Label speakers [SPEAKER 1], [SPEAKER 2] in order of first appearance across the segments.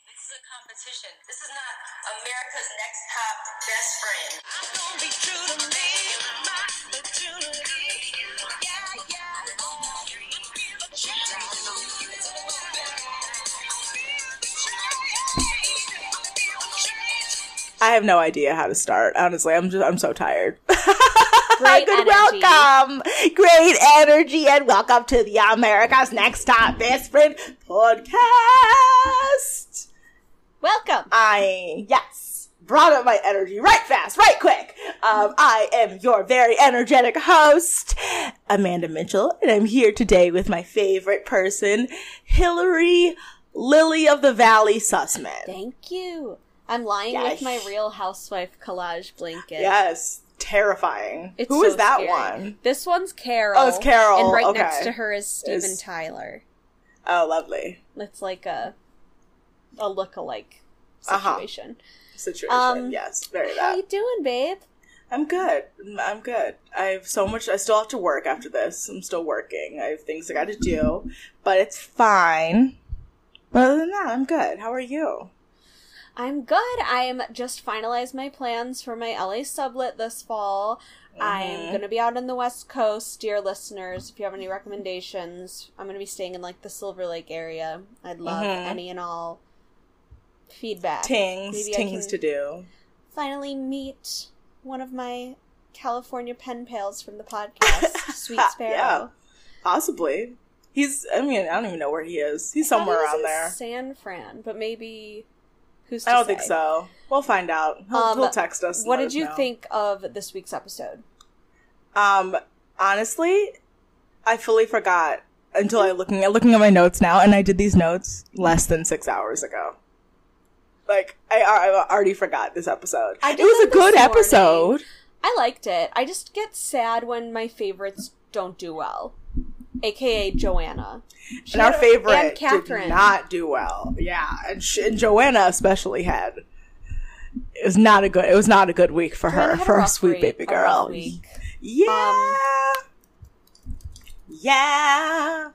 [SPEAKER 1] a competition. This is not America's next top best friend. I'm gonna be true to me, my opportunity. Yeah, yeah.
[SPEAKER 2] I have no idea how to start. Honestly, I'm just I'm so tired.
[SPEAKER 3] Great
[SPEAKER 2] Good
[SPEAKER 3] energy.
[SPEAKER 2] welcome. Great energy and welcome to the America's Next Top Best Friend podcast.
[SPEAKER 3] Welcome.
[SPEAKER 2] Uh, I yes, brought up my energy right fast, right quick. Um, I am your very energetic host, Amanda Mitchell, and I'm here today with my favorite person, Hillary Lily of the Valley Sussman.
[SPEAKER 3] Thank you. I'm lying
[SPEAKER 2] Yes.
[SPEAKER 3] with my Real Housewife collage blanket.
[SPEAKER 2] Yes, terrifying.
[SPEAKER 3] It's
[SPEAKER 2] Who
[SPEAKER 3] so
[SPEAKER 2] is that
[SPEAKER 3] scary.
[SPEAKER 2] one?
[SPEAKER 3] This one's Carol.
[SPEAKER 2] Oh, it's Carol.
[SPEAKER 3] And right
[SPEAKER 2] Okay.
[SPEAKER 3] next to her is Steven
[SPEAKER 2] Is-
[SPEAKER 3] Tyler.
[SPEAKER 2] Oh, lovely
[SPEAKER 3] It's like a a lookalike
[SPEAKER 2] Uh-huh.
[SPEAKER 3] situation.
[SPEAKER 2] situation.
[SPEAKER 3] Um,
[SPEAKER 2] yes, very that.
[SPEAKER 3] How you doing, babe?
[SPEAKER 2] I'm good. I'm good. I have so much. I still have to work after this. I'm still working. I have things I got to do, but it's fine. But other than that, I'm good. How are you?
[SPEAKER 3] I'm good. I'm just finalized my plans for my LA sublet this fall. I'm
[SPEAKER 2] Mhm.
[SPEAKER 3] going to be out on the West Coast, dear listeners. If you have any recommendations, I'm going to be staying in like the Silver Lake area. I'd love
[SPEAKER 2] Mhm.
[SPEAKER 3] any and all feedback.
[SPEAKER 2] Tings,
[SPEAKER 3] Maybe I
[SPEAKER 2] tings
[SPEAKER 3] can-
[SPEAKER 2] to do.
[SPEAKER 3] Finally, meet one of my California pen pals from the podcast, Sweet Sparrow.
[SPEAKER 2] Yeah. Possibly. He's. I mean, I don't even know where he is. He's
[SPEAKER 3] I thought he
[SPEAKER 2] somewhere
[SPEAKER 3] was
[SPEAKER 2] around
[SPEAKER 3] in
[SPEAKER 2] there.
[SPEAKER 3] San Fran, but maybe who's to
[SPEAKER 2] I don't
[SPEAKER 3] say?
[SPEAKER 2] think so. We'll find out. He'll,
[SPEAKER 3] Um,
[SPEAKER 2] he'll text us. and
[SPEAKER 3] What
[SPEAKER 2] let
[SPEAKER 3] did
[SPEAKER 2] us
[SPEAKER 3] you
[SPEAKER 2] know.
[SPEAKER 3] think of this week's episode?
[SPEAKER 2] Um, honestly, I fully forgot until I looking at looking at my notes now, and I did these notes less than six hours ago. Like I, I already forgot this episode.
[SPEAKER 3] I
[SPEAKER 2] it
[SPEAKER 3] did
[SPEAKER 2] was
[SPEAKER 3] that
[SPEAKER 2] a good
[SPEAKER 3] this
[SPEAKER 2] episode.
[SPEAKER 3] I liked it. I just get sad when my favorites don't do well, aka Joanna. She
[SPEAKER 2] And our
[SPEAKER 3] had-
[SPEAKER 2] favorite
[SPEAKER 3] and
[SPEAKER 2] did
[SPEAKER 3] Catherine.
[SPEAKER 2] not do well. Yeah, and, she, and Joanna especially had. It was not a good. It was not a good week for
[SPEAKER 3] Joanna
[SPEAKER 2] her.
[SPEAKER 3] had a
[SPEAKER 2] For her
[SPEAKER 3] rough
[SPEAKER 2] sweet
[SPEAKER 3] week-
[SPEAKER 2] baby
[SPEAKER 3] a rough
[SPEAKER 2] girl.
[SPEAKER 3] week.
[SPEAKER 2] Yeah. yeah.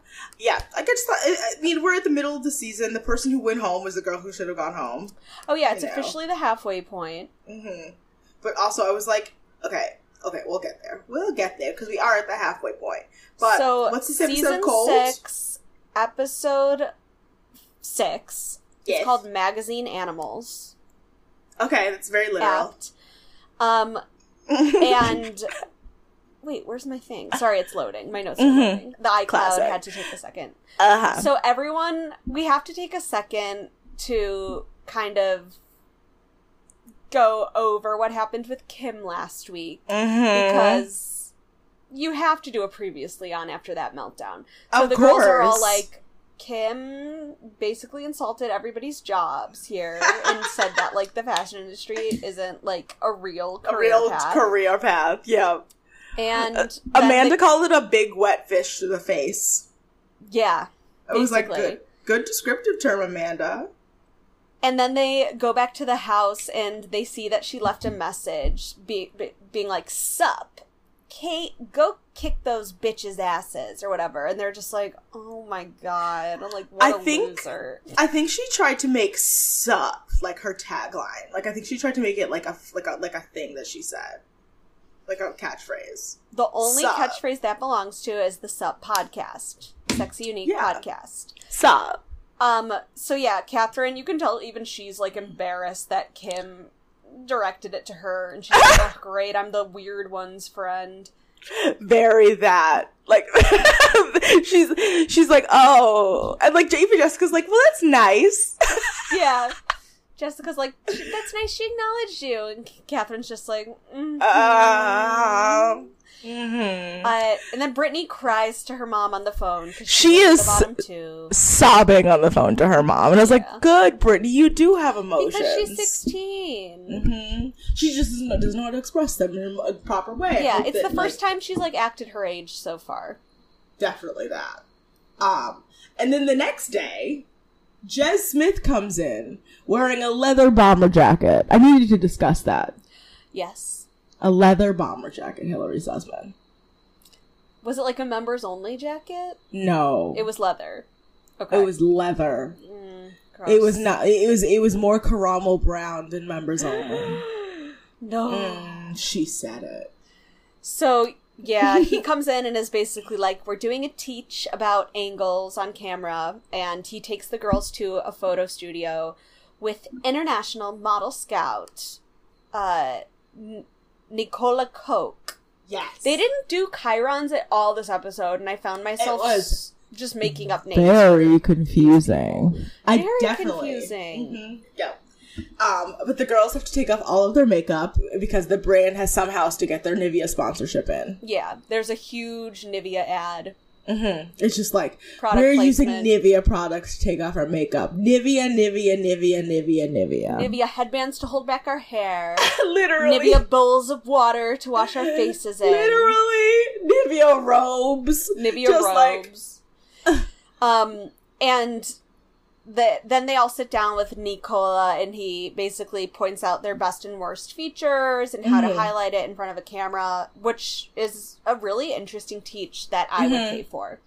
[SPEAKER 2] Yeah. I could just thought, I I mean, we're at the middle of the season. The person who went home was the girl who should have gone home.
[SPEAKER 3] Oh yeah, it's
[SPEAKER 2] You know.
[SPEAKER 3] officially the halfway point.
[SPEAKER 2] hmm But also, I was like, okay, okay, we'll get there. We'll get there because we are at the halfway point. But
[SPEAKER 3] so
[SPEAKER 2] what's this episode
[SPEAKER 3] season
[SPEAKER 2] called?
[SPEAKER 3] six, episode six.
[SPEAKER 2] Yes.
[SPEAKER 3] It's called Magazine Animals.
[SPEAKER 2] Okay, that's very literal.
[SPEAKER 3] Apt. Um, and wait, where's my thing? Sorry, it's loading. My notes are
[SPEAKER 2] Mhm.
[SPEAKER 3] loading. The iCloud
[SPEAKER 2] Classic.
[SPEAKER 3] had to take a second.
[SPEAKER 2] uh-huh.
[SPEAKER 3] So everyone, we have to take a second to kind of go over what happened with Kim last week
[SPEAKER 2] Mhm.
[SPEAKER 3] because you have to do a previously on after that meltdown. So
[SPEAKER 2] Of
[SPEAKER 3] the girls are all
[SPEAKER 2] course.
[SPEAKER 3] like, Kim basically insulted everybody's jobs here and said that like the fashion industry isn't like a real
[SPEAKER 2] a
[SPEAKER 3] career
[SPEAKER 2] real
[SPEAKER 3] path.
[SPEAKER 2] career path. Yeah.
[SPEAKER 3] and
[SPEAKER 2] Uh,
[SPEAKER 3] then
[SPEAKER 2] Amanda
[SPEAKER 3] the-
[SPEAKER 2] called it a big wet fish to the face.
[SPEAKER 3] yeah,
[SPEAKER 2] It was like
[SPEAKER 3] Basically.
[SPEAKER 2] good, good descriptive term, Amanda.
[SPEAKER 3] And then they go back to the house and they see that she left a message be, be, being like, Sup, Kate, go kick those bitches' asses or whatever. And they're just like, Oh my God. I'm like, What
[SPEAKER 2] I
[SPEAKER 3] a
[SPEAKER 2] think-
[SPEAKER 3] loser.
[SPEAKER 2] I think she tried to make "sup" like her tagline. Like I think she tried to make it like a like a like a thing that she said, like a catchphrase.
[SPEAKER 3] The only
[SPEAKER 2] Sup.
[SPEAKER 3] catchphrase that belongs to is the Sup podcast, Sexy Unique
[SPEAKER 2] Yeah.
[SPEAKER 3] podcast.
[SPEAKER 2] Sup.
[SPEAKER 3] Um, so yeah, Catherine, you can tell even she's like embarrassed that Kim directed it to her and she's like, oh, Great, I'm the weird one's friend.
[SPEAKER 2] Very that. Like she's she's like oh, and like JP Jessica's like well that's nice.
[SPEAKER 3] yeah. Jessica's like, that's nice she acknowledged you. And C- Catherine's just like, mm
[SPEAKER 2] Um. mhm.
[SPEAKER 3] uh, And then Brittany cries to her mom on the phone. 'cause
[SPEAKER 2] She
[SPEAKER 3] was at
[SPEAKER 2] is-
[SPEAKER 3] The bottom two.
[SPEAKER 2] Sobbing on the phone to her mom, and I was
[SPEAKER 3] Yeah.
[SPEAKER 2] like, "Good, Brittany, you do have emotions."
[SPEAKER 3] Because she's 16.
[SPEAKER 2] hmm She just doesn't know, doesn't know how to express them in a proper way.
[SPEAKER 3] Yeah,
[SPEAKER 2] Like
[SPEAKER 3] it's the
[SPEAKER 2] that,
[SPEAKER 3] first
[SPEAKER 2] like,
[SPEAKER 3] time she's like acted her age so far.
[SPEAKER 2] Definitely that. Um, and then the next day, Jez Smith comes in wearing a leather bomber jacket. I needed to discuss that.
[SPEAKER 3] Yes.
[SPEAKER 2] A leather bomber jacket, Hillary Sussman.
[SPEAKER 3] Was it like a members only jacket?
[SPEAKER 2] No,
[SPEAKER 3] It was leather. Okay.
[SPEAKER 2] It was leather.
[SPEAKER 3] Mm. Gross.
[SPEAKER 2] It was not. It was. It was more caramel brown than members only.
[SPEAKER 3] no.
[SPEAKER 2] Mm, she said it.
[SPEAKER 3] So yeah, he comes in and is basically like, "We're doing a teach about angles on camera," and he takes the girls to a photo studio with international model scout uh, N- Nicola Koch.
[SPEAKER 2] Yes,
[SPEAKER 3] They didn't do chirons at all this episode, and I found myself
[SPEAKER 2] was
[SPEAKER 3] just making up names.
[SPEAKER 4] Very confusing.
[SPEAKER 2] I
[SPEAKER 3] Very
[SPEAKER 2] definitely.
[SPEAKER 3] confusing.
[SPEAKER 2] Mhm. Yeah. Um, but the girls have to take off all of their makeup because the brand has somehow to get their Nivea sponsorship in.
[SPEAKER 3] Yeah, there's a huge Nivea ad.
[SPEAKER 2] hmm It's just like
[SPEAKER 3] Product
[SPEAKER 2] we're
[SPEAKER 3] placement.
[SPEAKER 2] using Nivea products to take off our makeup. Nivea, Nivea, Nivea, Nivea, Nivea.
[SPEAKER 3] Nivea headbands to hold back our hair.
[SPEAKER 2] Literally,
[SPEAKER 3] Nivea bowls of water to wash our faces in.
[SPEAKER 2] literally, Nivea robes.
[SPEAKER 3] Nivea
[SPEAKER 2] Just like-
[SPEAKER 3] robes. um, and the, then they all sit down with Nicola, and he basically points out their best and worst features and how
[SPEAKER 2] Mm-hmm.
[SPEAKER 3] to highlight it in front of a camera, which is a really interesting teach that I would
[SPEAKER 2] Mm-hmm.
[SPEAKER 3] pay for.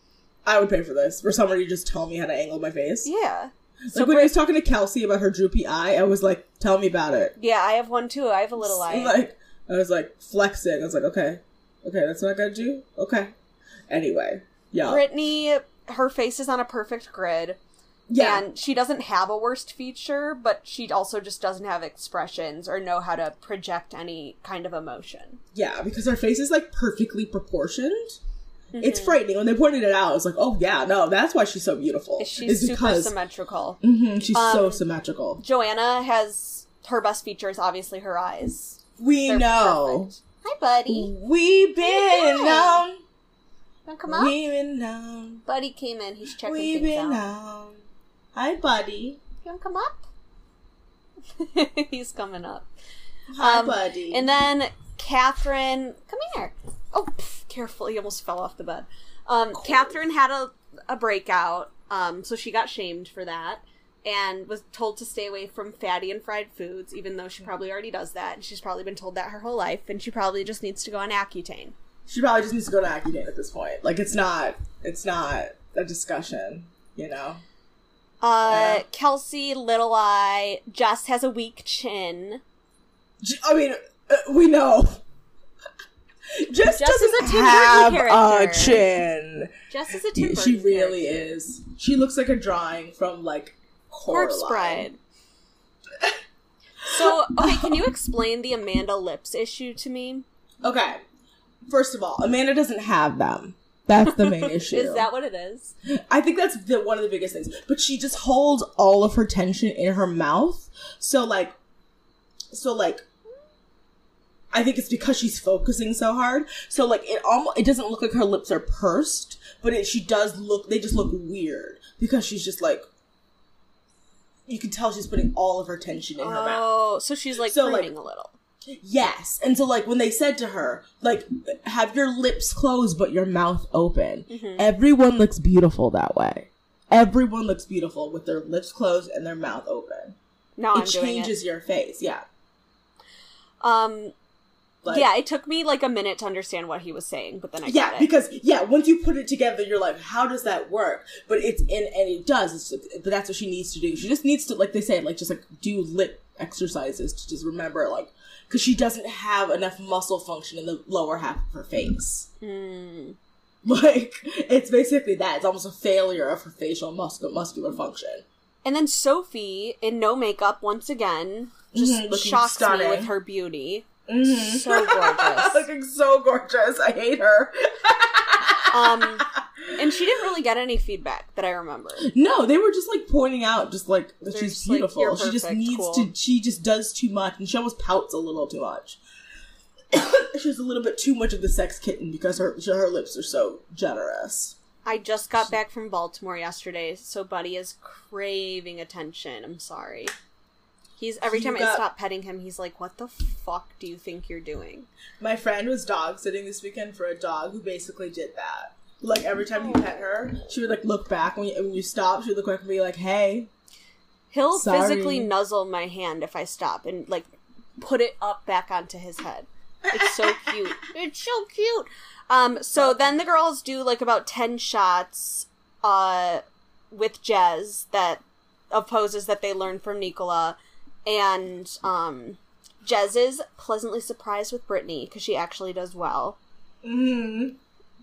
[SPEAKER 2] I would pay for this for someone to just tell me how to angle my face.
[SPEAKER 3] Yeah. So
[SPEAKER 2] like when
[SPEAKER 3] Brit-
[SPEAKER 2] I was talking to Kelsey about her droopy eye, I was like, "Tell me about it."
[SPEAKER 3] yeah, I have one too. I have a little eye.
[SPEAKER 2] Like I was like flexing. I was like, "Okay, okay, that's what I gotta do." Okay. Anyway, yeah,
[SPEAKER 3] Brittany, her face is on a perfect grid.
[SPEAKER 2] yeah.
[SPEAKER 3] And she doesn't have a worst feature, but she also just doesn't have expressions or know how to project any kind of emotion.
[SPEAKER 2] Yeah, because her face is like perfectly proportioned. It's
[SPEAKER 3] Mm-hmm.
[SPEAKER 2] frightening when they pointed it out. I was like, "Oh yeah, no, that's why she's so beautiful."
[SPEAKER 3] She's
[SPEAKER 2] It's
[SPEAKER 3] super Um, symmetrical.
[SPEAKER 2] Mhm, she's so symmetrical.
[SPEAKER 3] Joanna has her best feature is obviously her eyes.
[SPEAKER 2] We
[SPEAKER 3] They're
[SPEAKER 2] know.
[SPEAKER 3] perfect. Hi, buddy.
[SPEAKER 2] We've been
[SPEAKER 3] Yeah.
[SPEAKER 2] known.
[SPEAKER 3] Wanna come up?
[SPEAKER 2] We've been known.
[SPEAKER 3] buddy came in. He's checking
[SPEAKER 2] We've
[SPEAKER 3] things out.
[SPEAKER 2] been known. Hi, buddy.
[SPEAKER 3] You wanna come up? He's coming up.
[SPEAKER 2] Hi,
[SPEAKER 3] Um,
[SPEAKER 2] buddy.
[SPEAKER 3] And then Catherine, come here. Oh, pff, careful! He almost fell off the bed. Um, Catherine had a a breakout, um, so she got shamed for that and was told to stay away from fatty and fried foods, even though she probably already does that. And she's probably been told that her whole life, and she probably just needs to go on Accutane.
[SPEAKER 2] she probably just needs to go to Accutane at this point. Like it's not, it's not a discussion, you know.
[SPEAKER 3] Uh, Kelsey, Little Eye, Jess has a weak chin.
[SPEAKER 2] J- I mean, uh, we know. Jess,
[SPEAKER 3] Jess is
[SPEAKER 2] doesn't
[SPEAKER 3] a Tim Burton
[SPEAKER 2] have a
[SPEAKER 3] character.
[SPEAKER 2] chin.
[SPEAKER 3] Jess is a Tim
[SPEAKER 2] she
[SPEAKER 3] Burton
[SPEAKER 2] really
[SPEAKER 3] character.
[SPEAKER 2] is. She looks like a drawing from like
[SPEAKER 3] Corpse
[SPEAKER 2] Coraline.
[SPEAKER 3] Bride. So, okay, can you explain the Amanda lips issue to me?
[SPEAKER 2] Okay, first of all, Amanda doesn't have them. That's the main issue.
[SPEAKER 3] Is that what it is?
[SPEAKER 2] I think that's the, one of the biggest things. But she just holds all of her tension in her mouth. So like, so like, I think it's because she's focusing so hard. So like, it almost it doesn't look like her lips are pursed, but it, she does look. They just look weird because she's just like. You can tell she's putting all of her tension in her mouth.
[SPEAKER 3] Oh, so she's like
[SPEAKER 2] So, like-
[SPEAKER 3] pruning a little.
[SPEAKER 2] Yes. And so, like, when they said to her, like, have your lips closed but your mouth open,
[SPEAKER 3] Mm-hmm.
[SPEAKER 2] everyone looks beautiful that way. Everyone looks beautiful with their lips closed and their mouth open.
[SPEAKER 3] Now Oh, I'm
[SPEAKER 2] it
[SPEAKER 3] doing
[SPEAKER 2] changes your face. Yeah.
[SPEAKER 3] it. Um,
[SPEAKER 2] Like,
[SPEAKER 3] yeah, it took me like a minute to understand what he was saying, but then I
[SPEAKER 2] Yeah,
[SPEAKER 3] got it.
[SPEAKER 2] because yeah, once you put it together, you're like, how does that work? But it's in and it does. It's but that's what she needs to do. She just needs to, like they say, like just like do lip exercises to just remember, like, because she doesn't have enough muscle function in the lower half of her face. Like it's basically that. It's almost a failure of her facial muscu- muscular function.
[SPEAKER 3] And then Sophie, in no makeup once again, just
[SPEAKER 2] Mhm, looking
[SPEAKER 3] shocks me
[SPEAKER 2] stunning. Mm-hmm.
[SPEAKER 3] with her beauty. So gorgeous.
[SPEAKER 2] Looking so gorgeous. I hate her.
[SPEAKER 3] um, and she didn't really get any feedback that I remember.
[SPEAKER 2] No, they were just like pointing out, just like that
[SPEAKER 3] They're
[SPEAKER 2] she's
[SPEAKER 3] just like,
[SPEAKER 2] beautiful.
[SPEAKER 3] "You're
[SPEAKER 2] she just
[SPEAKER 3] perfect,
[SPEAKER 2] needs
[SPEAKER 3] cool."
[SPEAKER 2] to. She just does too much, and she almost pouts a little too much. she's a little bit too much of the sex kitten because her her lips are so generous.
[SPEAKER 3] I just got back from Baltimore yesterday, so Buddy is craving attention. I'm sorry. He's every
[SPEAKER 2] You
[SPEAKER 3] time I
[SPEAKER 2] got-
[SPEAKER 3] stop petting him, he's like, "What the fuck do you think you're doing?"
[SPEAKER 2] My friend was dog sitting this weekend for a dog who basically did that. Like every time you
[SPEAKER 3] Oh.
[SPEAKER 2] pet her, she would like look back when you, when you stop. She would look back and be like, "Hey."
[SPEAKER 3] He'll
[SPEAKER 2] Sorry.
[SPEAKER 3] physically nuzzle my hand if I stop and like put it up back onto his head. It's so cute. It's so cute. Um, so then the girls do like about ten shots, uh, with Jez that of poses that they learn from Nicola, and um, Jez is pleasantly surprised with Brittany because she actually does well.
[SPEAKER 2] Because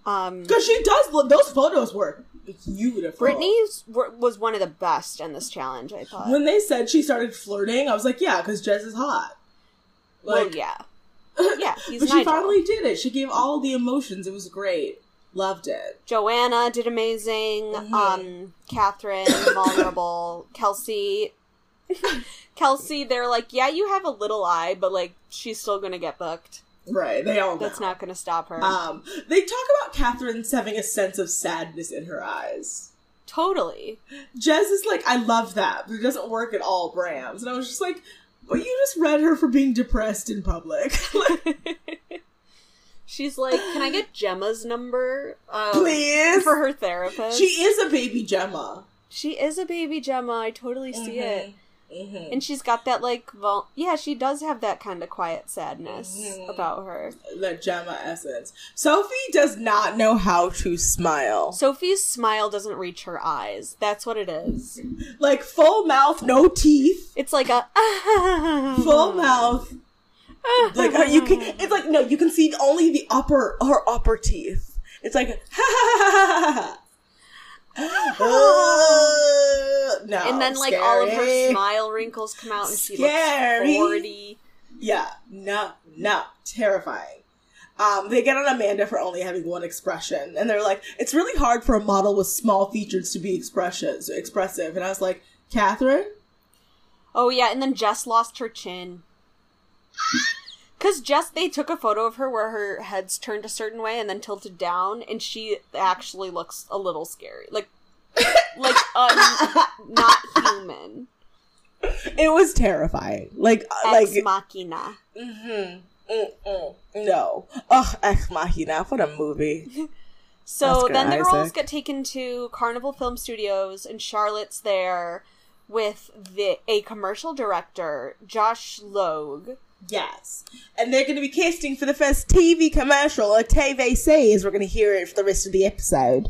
[SPEAKER 3] Um,
[SPEAKER 2] she does. look- Those photos were beautiful.
[SPEAKER 3] Brittany was one of the best in this challenge. I thought.
[SPEAKER 2] When they said she started flirting, I was like, yeah, because Jez is hot.
[SPEAKER 3] well,
[SPEAKER 2] Like,
[SPEAKER 3] yeah, yeah, he's
[SPEAKER 2] but she
[SPEAKER 3] Nigel.
[SPEAKER 2] finally did it. She gave all the emotions. It was great. Loved it.
[SPEAKER 3] Joanna did amazing. Um, Catherine, vulnerable. Kelsey, Kelsey, they're like, yeah, you have a little eye, but like, she's still gonna get booked.
[SPEAKER 2] Right. They all.
[SPEAKER 3] That's
[SPEAKER 2] know.
[SPEAKER 3] not gonna stop her.
[SPEAKER 2] Um, they talk about Catherine's having a sense of sadness in her eyes.
[SPEAKER 3] totally.
[SPEAKER 2] Jez is like, I love that, but it doesn't work at all, Brams. And I was just like, but you just read her for being depressed in public. Like,
[SPEAKER 3] She's like, can I get Gemma's number? Um,
[SPEAKER 2] Please.
[SPEAKER 3] for her therapist.
[SPEAKER 2] she is a baby Gemma.
[SPEAKER 3] She is a baby Gemma. I totally
[SPEAKER 2] Mm-hmm.
[SPEAKER 3] see it.
[SPEAKER 2] Mhm.
[SPEAKER 3] And she's got that like vul- yeah, she does have that kind of quiet sadness
[SPEAKER 2] Mhm.
[SPEAKER 3] about her.
[SPEAKER 2] The Gemma essence. Sophie does not know how to smile.
[SPEAKER 3] Sophie's smile doesn't reach her eyes. That's what it is.
[SPEAKER 2] Like full mouth, no teeth.
[SPEAKER 3] It's like a
[SPEAKER 2] Full mouth.
[SPEAKER 3] Ah.
[SPEAKER 2] Like uh, you can. It's like no, you can see only the upper her upper teeth. It's like ha ha ha ha ha. ha. Uh, no,
[SPEAKER 3] and then like all of her
[SPEAKER 2] scary.
[SPEAKER 3] smile wrinkles come out and she
[SPEAKER 2] Scary.
[SPEAKER 3] looks 40.
[SPEAKER 2] Yeah, no, no, terrifying. Um, they get on Amanda for only having one expression, and they're like, "It's really hard for a model with small features to be expressions expressive." And I was like, "Catherine,
[SPEAKER 3] Oh yeah, and then Jess lost her chin. Cause Jess, they took a photo of her where her head's turned a certain way and then tilted down, and she actually looks a little scary, like like um, not human.
[SPEAKER 2] it was terrifying." Like, uh,
[SPEAKER 3] Ex
[SPEAKER 2] like,
[SPEAKER 3] machina.
[SPEAKER 2] mm-hmm, mm-mm, no, oh, Ex Machina, what a movie!
[SPEAKER 3] So
[SPEAKER 2] Oscar
[SPEAKER 3] then the girls
[SPEAKER 2] Isaac.
[SPEAKER 3] get taken to Carnival Film Studios, and Charlotte's there with the a commercial director, Josh Logue.
[SPEAKER 2] yes, and they're going to be casting for the first TV commercial, or TV series. We're going to hear it for the rest of the episode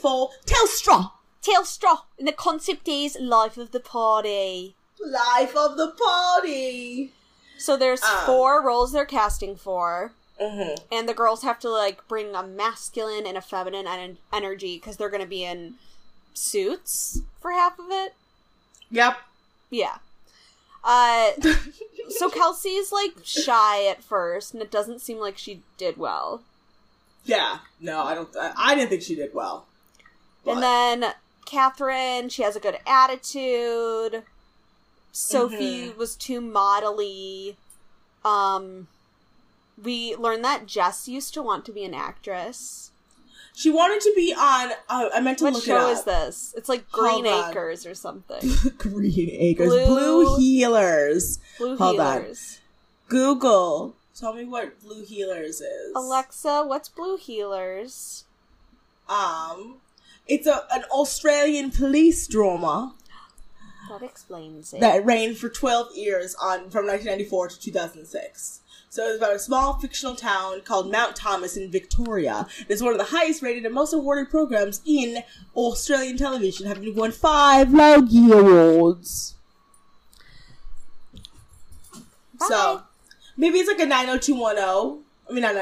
[SPEAKER 2] for Telstra.
[SPEAKER 3] Telstra, and the concept is life of the party.
[SPEAKER 2] Life of the party.
[SPEAKER 3] So there's
[SPEAKER 2] Um,
[SPEAKER 3] four roles they're casting for,
[SPEAKER 2] Mm-hmm.
[SPEAKER 3] and the girls have to like bring a masculine and a feminine en- energy because they're going to be in suits for half of it.
[SPEAKER 2] Yep.
[SPEAKER 3] Yeah. Uh, so Kelsey's like shy at first, and it doesn't seem like she did well.
[SPEAKER 2] Yeah. No, I don't. I, I didn't think she did well. But-
[SPEAKER 3] And then Catherine, she has a good attitude. Sophie
[SPEAKER 2] Mm-hmm.
[SPEAKER 3] was too modelly. Um, we learned that Jess used to want to be an actress.
[SPEAKER 2] she wanted to be on. Uh, I meant to
[SPEAKER 3] What
[SPEAKER 2] look
[SPEAKER 3] show
[SPEAKER 2] it
[SPEAKER 3] is
[SPEAKER 2] up.
[SPEAKER 3] this? It's like Green
[SPEAKER 2] Hold on.
[SPEAKER 3] Acres or something.
[SPEAKER 2] Green Acres,
[SPEAKER 3] Blue-
[SPEAKER 2] Blue, Healers.
[SPEAKER 3] Blue
[SPEAKER 2] Hold on.
[SPEAKER 3] Healers.
[SPEAKER 2] Google. Tell me what Blue Healers is.
[SPEAKER 3] Alexa, what's Blue Healers?
[SPEAKER 2] Um, it's a an Australian police drama
[SPEAKER 3] That explains it.
[SPEAKER 2] that ran for twelve years on from 1994 to 2006. So it's about a small fictional town called Mount Thomas in Victoria. It's one of the highest rated and most awarded programs in Australian television, having won five Logie Awards.
[SPEAKER 3] Bye.
[SPEAKER 2] So maybe it's like a 90210. I mean, not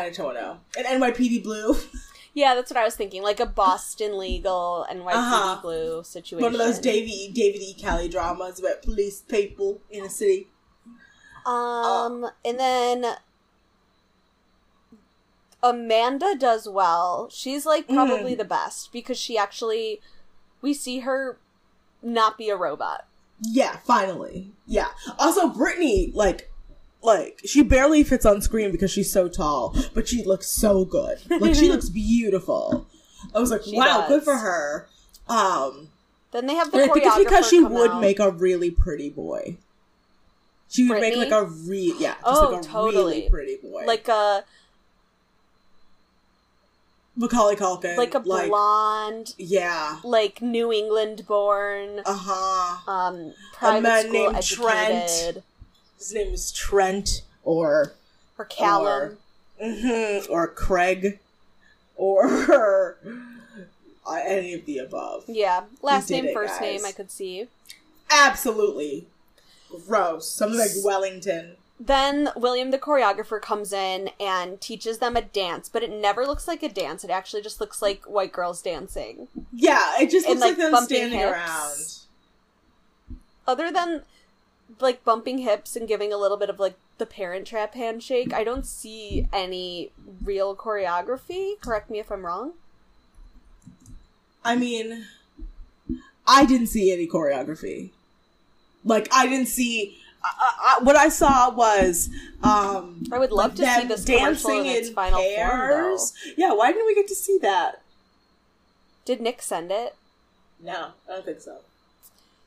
[SPEAKER 2] 90210. An NYPD Blue.
[SPEAKER 3] yeah, that's what I was thinking. Like a Boston Legal and White
[SPEAKER 2] Uh-huh.
[SPEAKER 3] Blue situation.
[SPEAKER 2] One of those David E. David E. Kelly dramas about police people in the city.
[SPEAKER 3] Um, and then Amanda does well. She's like
[SPEAKER 2] Mm.
[SPEAKER 3] probably the best because she actually we see her not be a robot.
[SPEAKER 2] Yeah, finally. Yeah. Also, Brittany, like, like she barely fits on screen because she's so tall, but she looks so good. Like she looks beautiful. I was like,
[SPEAKER 3] She
[SPEAKER 2] wow, good
[SPEAKER 3] does.
[SPEAKER 2] for her. Um,
[SPEAKER 3] Then they have the
[SPEAKER 2] and I think it's
[SPEAKER 3] choreographer
[SPEAKER 2] because she
[SPEAKER 3] come
[SPEAKER 2] would
[SPEAKER 3] out.
[SPEAKER 2] make a really pretty boy. She would
[SPEAKER 3] Brittany?
[SPEAKER 2] make like a real yeah, just
[SPEAKER 3] Oh,
[SPEAKER 2] like a
[SPEAKER 3] totally.
[SPEAKER 2] really pretty boy,
[SPEAKER 3] like a
[SPEAKER 2] Macaulay Culkin,
[SPEAKER 3] like a blonde,
[SPEAKER 2] yeah,
[SPEAKER 3] like New England born,
[SPEAKER 2] uh huh.
[SPEAKER 3] um,
[SPEAKER 2] A
[SPEAKER 3] private
[SPEAKER 2] man
[SPEAKER 3] school
[SPEAKER 2] named Trent.
[SPEAKER 3] educated,
[SPEAKER 2] His name is Trent or
[SPEAKER 3] or Callum.
[SPEAKER 2] Or- mhm, or Craig or uh, any of the above.
[SPEAKER 3] yeah, last
[SPEAKER 2] did
[SPEAKER 3] name,
[SPEAKER 2] it,
[SPEAKER 3] first name,
[SPEAKER 2] guys.
[SPEAKER 3] I could see.
[SPEAKER 2] Absolutely gross. Something like Wellington.
[SPEAKER 3] Then William the choreographer comes in and teaches them a dance, but it never looks like a dance. It actually just looks like white girls dancing.
[SPEAKER 2] Yeah, it just
[SPEAKER 3] And,
[SPEAKER 2] looks like,
[SPEAKER 3] like,
[SPEAKER 2] them
[SPEAKER 3] bumping
[SPEAKER 2] standing
[SPEAKER 3] hips.
[SPEAKER 2] around.
[SPEAKER 3] Other than like bumping hips and giving a little bit of like the parent trap handshake, I don't see any real choreography. Correct me if I'm wrong.
[SPEAKER 2] I mean, I didn't see any choreography. Like I didn't see. I, I, I- what I saw was um,
[SPEAKER 3] I would love to see
[SPEAKER 2] them
[SPEAKER 3] this commercial
[SPEAKER 2] dancing
[SPEAKER 3] in its
[SPEAKER 2] in
[SPEAKER 3] final form. Though.
[SPEAKER 2] pairs. yeah, why didn't we get to see that?
[SPEAKER 3] Did Nick send it?
[SPEAKER 2] No, I don't think so.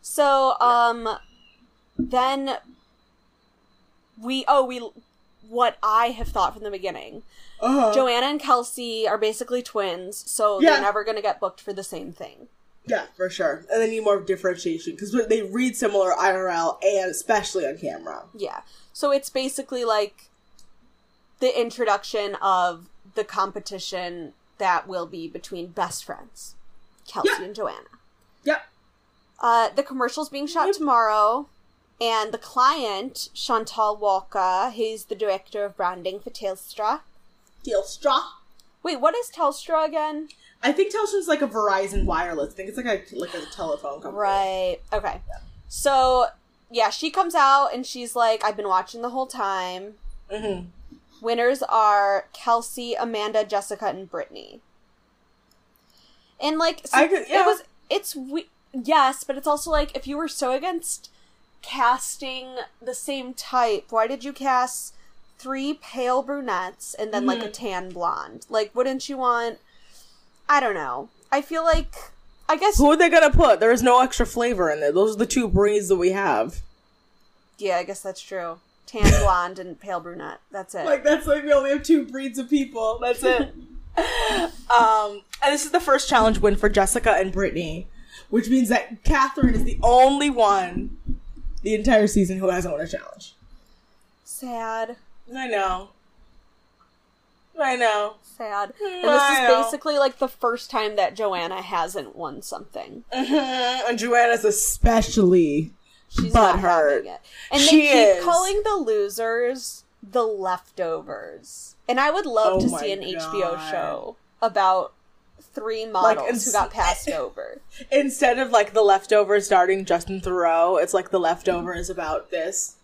[SPEAKER 3] So, um, then we oh we what I have thought from the beginning.
[SPEAKER 2] Uh-huh.
[SPEAKER 3] Joanna and Kelsey are basically twins, so
[SPEAKER 2] Yeah.
[SPEAKER 3] they're never going to get booked for the same thing.
[SPEAKER 2] yeah, for sure. And they need more differentiation because they read similar IRL and especially on camera.
[SPEAKER 3] Yeah. So it's basically like the introduction of the competition that will be between best friends, Kelsey
[SPEAKER 2] Yeah.
[SPEAKER 3] and Joanna.
[SPEAKER 2] Yep.
[SPEAKER 3] Uh, the commercial's being shot tomorrow, and the client, Chantal Walker, who's the director of branding for Telstra.
[SPEAKER 2] Telstra.
[SPEAKER 3] Wait, what is Telstra again?
[SPEAKER 2] I think Telstra's like a Verizon wireless. I think it's like a like a telephone company.
[SPEAKER 3] Right. Okay. So, yeah, she comes out and she's like, I've been watching the whole time.
[SPEAKER 2] Mm-hmm.
[SPEAKER 3] Winners are Kelsey, Amanda, Jessica, and Brittany. And like, so
[SPEAKER 2] I could- yeah.
[SPEAKER 3] it was, it's we- yes, but it's also like if you were so against casting the same type, why did you cast three pale brunettes and then
[SPEAKER 2] Mm-hmm.
[SPEAKER 3] like a tan blonde? Like, wouldn't you want? I don't know. I feel like I guess
[SPEAKER 2] Who are they gonna put? There is no extra flavor in there. Those are the two breeds that we have.
[SPEAKER 3] yeah, I guess that's true. Tan blonde and pale brunette. That's it.
[SPEAKER 2] Like that's like we only have two breeds of people. That's it. um, and this is the first challenge win for Jessica and Brittany, which means that Catherine is the only one the entire season who hasn't won a challenge.
[SPEAKER 3] Sad.
[SPEAKER 2] I know. I know.
[SPEAKER 3] sad. And this
[SPEAKER 2] Wow.
[SPEAKER 3] is basically like the first time that Joanna hasn't won something.
[SPEAKER 2] Mhm. And Joanna's especially.
[SPEAKER 3] She's
[SPEAKER 2] But
[SPEAKER 3] not
[SPEAKER 2] her-
[SPEAKER 3] having it. And
[SPEAKER 2] she
[SPEAKER 3] they keep
[SPEAKER 2] is.
[SPEAKER 3] calling the losers the leftovers. And I would love
[SPEAKER 2] Oh
[SPEAKER 3] to
[SPEAKER 2] my
[SPEAKER 3] see an HBO
[SPEAKER 2] God.
[SPEAKER 3] show about three models
[SPEAKER 2] it's-
[SPEAKER 3] who got passed over.
[SPEAKER 2] Instead of like the leftover starting Justin Thoreau, it's like the leftover is about this.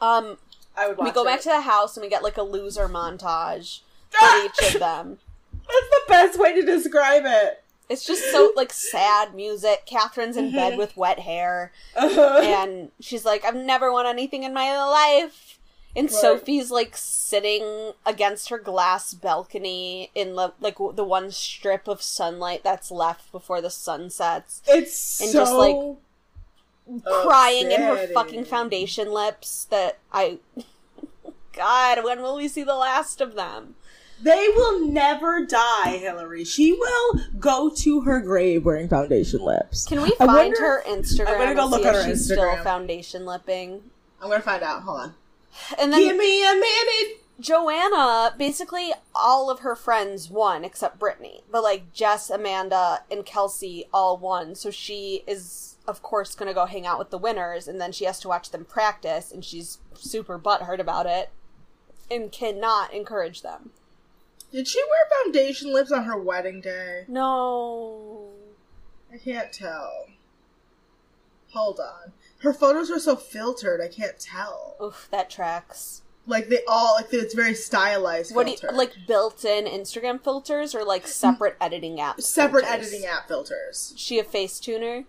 [SPEAKER 3] Um,
[SPEAKER 2] I would watch
[SPEAKER 3] we go back
[SPEAKER 2] it.
[SPEAKER 3] to the house and we get like a loser montage for each of them.
[SPEAKER 2] That's the best way to describe it.
[SPEAKER 3] It's just so like sad music. Catherine's in
[SPEAKER 2] Mm-hmm.
[SPEAKER 3] bed with wet hair.
[SPEAKER 2] Uh-huh.
[SPEAKER 3] and she's like, I've never won anything in my life. And Sophie's like sitting against her glass balcony in the like w- the one strip of sunlight that's left before the sun sets,
[SPEAKER 2] It's
[SPEAKER 3] And
[SPEAKER 2] so
[SPEAKER 3] just, like,
[SPEAKER 2] Oh,
[SPEAKER 3] crying in her
[SPEAKER 2] upsetting.
[SPEAKER 3] fucking foundation lips. That I, God, when will we see the last of them?
[SPEAKER 2] They will never die, Hillary. She will go to her grave wearing foundation lips.
[SPEAKER 3] Can we
[SPEAKER 2] I
[SPEAKER 3] find
[SPEAKER 2] wonder-
[SPEAKER 3] her Instagram?
[SPEAKER 2] I'm gonna go
[SPEAKER 3] and
[SPEAKER 2] look
[SPEAKER 3] see
[SPEAKER 2] on
[SPEAKER 3] if
[SPEAKER 2] her
[SPEAKER 3] she's still
[SPEAKER 2] Instagram.
[SPEAKER 3] foundation lipping.
[SPEAKER 2] I'm gonna find out. Hold on.
[SPEAKER 3] And then
[SPEAKER 2] Give me a minute.
[SPEAKER 3] Joanna, basically all of her friends won except Brittany, but like Jess, Amanda, and Kelsey all won. So she is, of course, going to go hang out with the winners, and then she has to watch them practice, and she's super butthurt about it and cannot encourage them.
[SPEAKER 2] Did she wear foundation lips on her wedding day?
[SPEAKER 3] No.
[SPEAKER 2] I can't tell. Hold on. Her photos are so filtered. I can't tell.
[SPEAKER 3] Oof, that tracks.
[SPEAKER 2] Like they all like it's very stylized.
[SPEAKER 3] What do you
[SPEAKER 2] filter.
[SPEAKER 3] like built in Instagram filters or like separate editing apps?
[SPEAKER 2] Separate
[SPEAKER 3] filters?
[SPEAKER 2] editing app filters.
[SPEAKER 3] Is She a face tuner?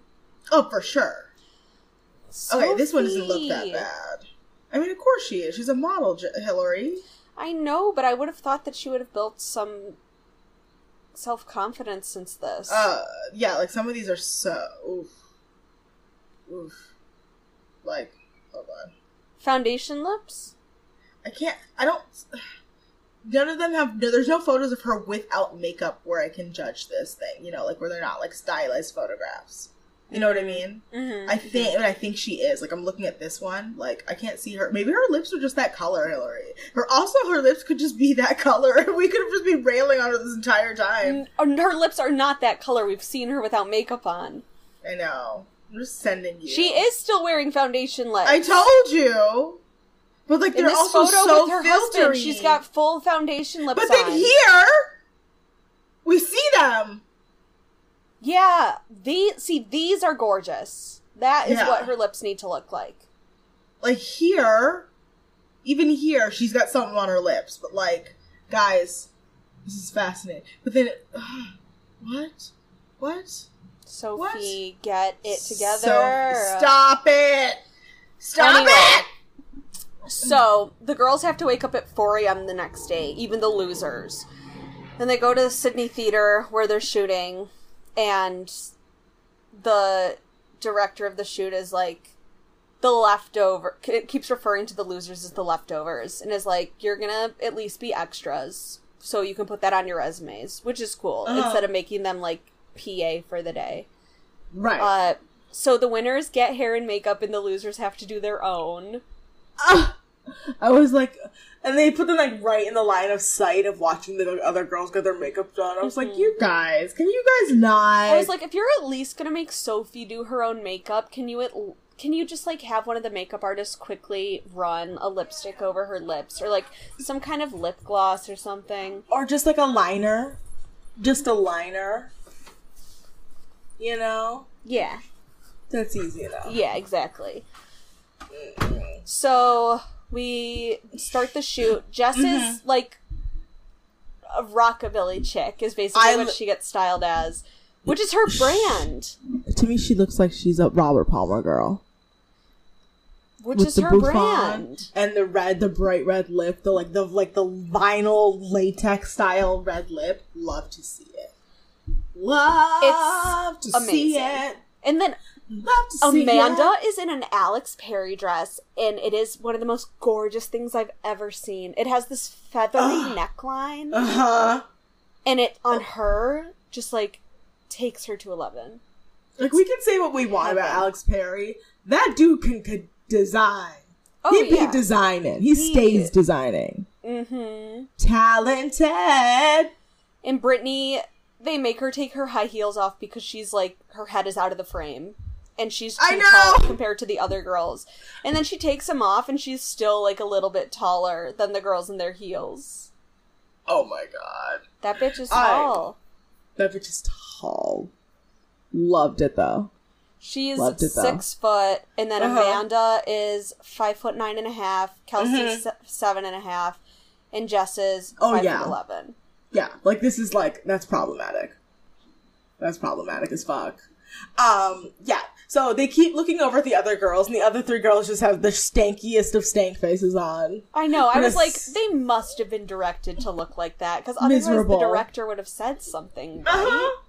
[SPEAKER 2] Oh, for sure. Okay, this one doesn't look that
[SPEAKER 3] Sophie.
[SPEAKER 2] bad. I mean, of course she is. She's a model, J- Hillary.
[SPEAKER 3] I know, but I would have thought that she would have built some self confidence since this.
[SPEAKER 2] Uh, yeah, like some of these are so oof, oof. Like, hold on,
[SPEAKER 3] Foundation lips?
[SPEAKER 2] I can't. I don't. None of them have. No, there's no photos of her without makeup where I can judge this thing. You know, like where they're not like stylized photographs. You know what I mean?
[SPEAKER 3] Mm-hmm.
[SPEAKER 2] I think, and I think she is. Like, I'm looking at this one. Like, I can't see her. Maybe her lips are just that color, Hillary. Her also her lips could just be that color. We could have just been
[SPEAKER 3] Mm.
[SPEAKER 2] railing on her this entire time.
[SPEAKER 3] Her lips are not that color. We've seen her without makeup on.
[SPEAKER 1] I know. I'm just sending you.
[SPEAKER 3] She is still wearing foundation lips.
[SPEAKER 1] I told you. But like
[SPEAKER 3] In
[SPEAKER 1] they're
[SPEAKER 3] this
[SPEAKER 1] also
[SPEAKER 3] photo
[SPEAKER 1] so
[SPEAKER 3] with her
[SPEAKER 1] filtery.
[SPEAKER 3] husband, she's got full foundation lips
[SPEAKER 1] But then
[SPEAKER 3] on.
[SPEAKER 1] here we see them.
[SPEAKER 3] yeah, these see these are gorgeous. That is
[SPEAKER 1] Yeah.
[SPEAKER 3] what her lips need to look like.
[SPEAKER 1] Like here, even here, she's got something on her lips. But like, guys, this is fascinating. But then, what? What?
[SPEAKER 3] Sophie, get it together.
[SPEAKER 1] So- stop it! Stop
[SPEAKER 3] Anyway.
[SPEAKER 1] it!
[SPEAKER 3] So the girls have to wake up at 4 a.m. the next day, even the losers. Then they go to the Sydney Theater where they're shooting, and the director of the shoot is like, the leftover k- keeps referring to the losers as the leftovers, and is like, you're gonna at least be extras, so you can put that on your resumes, which is cool,
[SPEAKER 1] Uh-huh.
[SPEAKER 3] instead of making them like PA for the day.
[SPEAKER 1] Right.
[SPEAKER 3] Uh, so the winners get hair and makeup, and the losers have to do their own.
[SPEAKER 1] Ah!
[SPEAKER 2] I was like, and they put them like right in the line of sight of watching the other girls get their makeup done. I was like, you.
[SPEAKER 1] guys, can you guys not?
[SPEAKER 3] Mm-hmm. I was like, if you're at least gonna make Sophie do her own makeup, can you at l- can you just like have one of the makeup artists quickly run a lipstick over her lips or like some kind of lip gloss or something?
[SPEAKER 2] Or just like a liner. Just a liner. You know?
[SPEAKER 3] Yeah,
[SPEAKER 2] That's easy enough.
[SPEAKER 3] yeah, exactly. So we start the shoot. Jess is like a rockabilly chick is basically
[SPEAKER 2] I'm-
[SPEAKER 3] what she gets styled as, which is her brand,
[SPEAKER 4] To me, she looks like she's a Robert Palmer girl.
[SPEAKER 3] which
[SPEAKER 4] With
[SPEAKER 3] is
[SPEAKER 4] the
[SPEAKER 3] her
[SPEAKER 4] bouffant.
[SPEAKER 3] brand.
[SPEAKER 2] And the red, the bright red lip, the like the like the vinyl latex style red lip. Love to see it. Love to see
[SPEAKER 3] amazing.
[SPEAKER 2] it.
[SPEAKER 3] And then
[SPEAKER 2] Love to see it.
[SPEAKER 3] Amanda is in an Alex Perry dress, and it is one of the most gorgeous things I've ever seen. It has this feathery neckline,
[SPEAKER 2] Uh huh.
[SPEAKER 3] and it on her just like takes her to eleven.
[SPEAKER 2] Like we can say what we want about
[SPEAKER 3] Heaven.
[SPEAKER 2] Alex Perry. That dude can, can design.
[SPEAKER 3] Oh
[SPEAKER 4] he be
[SPEAKER 3] yeah,
[SPEAKER 4] designing. He stays designing.
[SPEAKER 3] mm-hmm.
[SPEAKER 2] Talented.
[SPEAKER 3] And Brittany, they make her take her high heels off because she's like her head is out of the frame, and she's
[SPEAKER 1] I
[SPEAKER 3] too
[SPEAKER 1] know!
[SPEAKER 3] tall compared to the other girls. And then she takes them off, and she's still like a little bit taller than the girls in their heels.
[SPEAKER 1] oh my god.
[SPEAKER 3] That bitch is
[SPEAKER 2] I-
[SPEAKER 3] tall.
[SPEAKER 2] That bitch is tall.
[SPEAKER 4] Loved it though.
[SPEAKER 3] She is
[SPEAKER 4] Loved it, though.
[SPEAKER 3] six foot, and then
[SPEAKER 2] Uh-huh.
[SPEAKER 3] Amanda is five foot nine and a half. Kelsey
[SPEAKER 2] Mhm.
[SPEAKER 3] se- seven and a half, and Jess is
[SPEAKER 2] Oh,
[SPEAKER 3] five
[SPEAKER 2] yeah.
[SPEAKER 3] foot eleven.
[SPEAKER 2] Yeah, like this is like that's problematic. That's problematic as fuck. Um, yeah. So they keep looking over at the other girls, and the other three girls just have the stankiest of stank faces on.
[SPEAKER 3] I know. I was like,
[SPEAKER 2] Miss-
[SPEAKER 3] they must have been directed to look like that because otherwise
[SPEAKER 2] Miserable. Uh-huh.
[SPEAKER 3] the director would have said something.
[SPEAKER 1] Uh
[SPEAKER 3] right?
[SPEAKER 1] huh.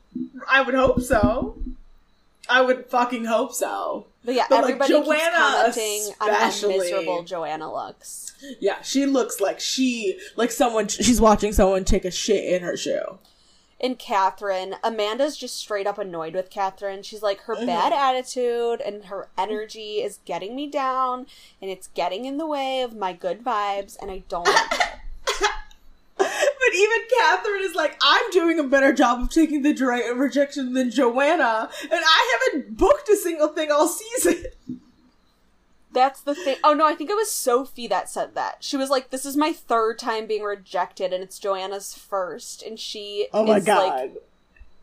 [SPEAKER 1] I would hope so. I would fucking hope so.
[SPEAKER 3] But yeah,
[SPEAKER 2] But, like,
[SPEAKER 3] everybody keeps
[SPEAKER 2] Joanna
[SPEAKER 3] commenting on how
[SPEAKER 2] especially.
[SPEAKER 3] miserable Joanna looks.
[SPEAKER 2] Yeah, she looks like she like someone she's watching someone take a shit in her shoe.
[SPEAKER 3] and Catherine. Amanda's just straight up annoyed with Catherine. She's like, her bad attitude and her energy is getting me down, and it's getting in the way of my good vibes, and I don't. like it."
[SPEAKER 2] But even Catherine is like, I'm doing a better job of taking the direct rejection than Joanna, and I haven't booked a single thing all season.
[SPEAKER 3] That's the thing. Oh no, I think it was Sophie that said that. She was like, "This is my third time being rejected, and it's Joanna's first, and she
[SPEAKER 2] Oh my
[SPEAKER 3] is
[SPEAKER 2] god.
[SPEAKER 3] like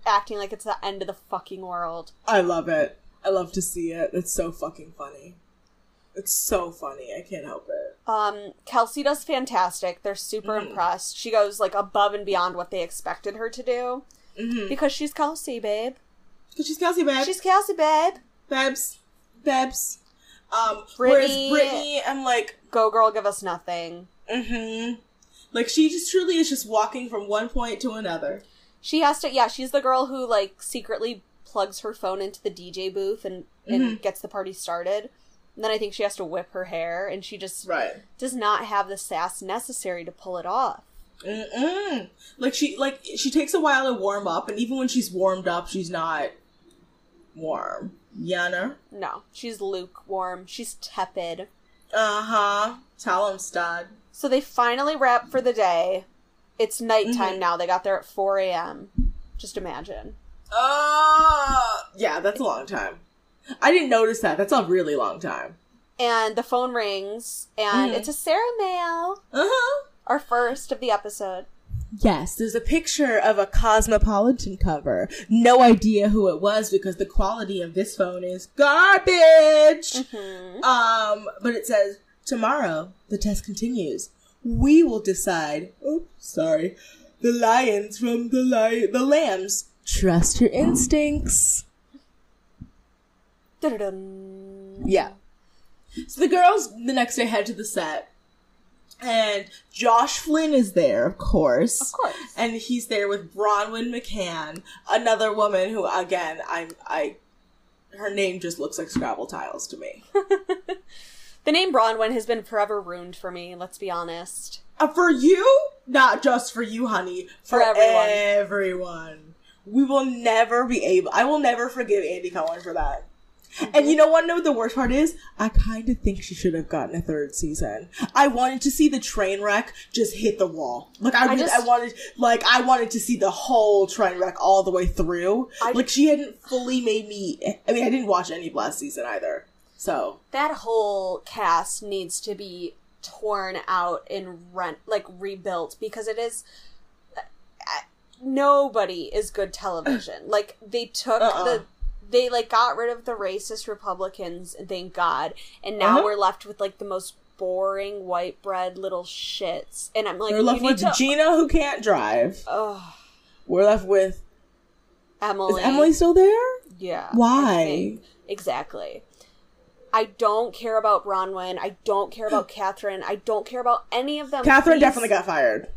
[SPEAKER 3] acting like it's the end of the fucking world."
[SPEAKER 2] I love it. I love to see it. It's so fucking funny. It's so funny. I can't help it.
[SPEAKER 3] Um, Kelsey does fantastic. They're super
[SPEAKER 2] Mm.
[SPEAKER 3] impressed. She goes like above and beyond what they expected her to do
[SPEAKER 2] Mm-hmm.
[SPEAKER 3] because she's Kelsey, babe.
[SPEAKER 2] Cause she's Kelsey Babs.
[SPEAKER 3] She's Kelsey, babe.
[SPEAKER 2] Babs. Babs. Um, whereas
[SPEAKER 3] Brittany-
[SPEAKER 2] Brittany, I'm like,
[SPEAKER 3] Go, girl, give us nothing.
[SPEAKER 2] mm-hmm. Like she just truly is just walking from one point to another.
[SPEAKER 3] She has to. Yeah, she's the girl who like secretly plugs her phone into the DJ booth and and gets the party started. And then I think she has to whip her hair, and she just
[SPEAKER 2] Right.
[SPEAKER 3] does not have the sass necessary to pull it off.
[SPEAKER 2] Mm-mm. Like she, like she takes a while to warm up, and even when she's warmed up, she's not warm. Yana.
[SPEAKER 3] No, she's lukewarm. She's tepid.
[SPEAKER 2] Uh huh. Tell him, stud.
[SPEAKER 3] So they finally wrap Mm-hmm. for the day. It's nighttime now. They got there at 4 a.m. Just imagine.
[SPEAKER 2] Uh, yeah, that's a long time. I didn't notice that. That's a really long time.
[SPEAKER 3] and the phone rings, and
[SPEAKER 5] Mhm.
[SPEAKER 3] it's a Sarah Mail,
[SPEAKER 2] Uh huh.
[SPEAKER 3] our first of the episode.
[SPEAKER 6] Yes, there's a picture of a Cosmopolitan cover. No idea who it was.
[SPEAKER 2] That's because the quality of this phone is garbage.
[SPEAKER 3] Hmm.
[SPEAKER 2] Um, but it says tomorrow the test continues. We will decide. Oops, sorry. The lions from the li- the lambs.
[SPEAKER 6] Trust your instincts.
[SPEAKER 3] Dun-dun-dun.
[SPEAKER 6] Yeah.
[SPEAKER 2] So the girls the next day head to the set, and Josh Flynn is there, of course.
[SPEAKER 3] Of course.
[SPEAKER 2] and he's there with Bronwyn McCann, another woman who, again, I'm I, her name just looks like Scrabble tiles to me.
[SPEAKER 3] The name Bronwyn has been forever ruined for me, let's be honest.
[SPEAKER 2] Uh, for you, not just for you, honey, for,
[SPEAKER 3] For everyone.
[SPEAKER 2] everyone. We will never be able. I will never forgive Andy Cohen for that.
[SPEAKER 3] Mm-hmm.
[SPEAKER 2] And you know what? No, the worst part is, I kind of think she should have gotten a third season. I wanted to see the train wreck just hit the wall. Like I,
[SPEAKER 3] I
[SPEAKER 2] really-
[SPEAKER 3] just-
[SPEAKER 2] I wanted, like I wanted to see the whole train wreck all the way through.
[SPEAKER 3] I-
[SPEAKER 2] like she hadn't fully made me. I mean, I didn't watch any of last season either. So
[SPEAKER 3] That whole cast needs to be torn out and rent like rebuilt because it is I- nobody is good television. like they took
[SPEAKER 2] Uh-uh.
[SPEAKER 3] the they like got rid of the racist Republicans, thank God, and now
[SPEAKER 2] Uh-huh.
[SPEAKER 3] we're left with like the most boring white bread little shits. And I'm like,
[SPEAKER 2] we're left
[SPEAKER 3] you need
[SPEAKER 2] with
[SPEAKER 3] to.
[SPEAKER 2] Gina who can't drive.
[SPEAKER 3] Ugh,
[SPEAKER 2] We're left with
[SPEAKER 3] Emily.
[SPEAKER 2] Is Emily still there?
[SPEAKER 3] Yeah. I
[SPEAKER 2] Why?
[SPEAKER 3] think. Exactly. I don't care about Bronwyn. I don't care about Catherine. I don't care about any of them.
[SPEAKER 2] Catherine
[SPEAKER 3] Please-
[SPEAKER 2] definitely got fired.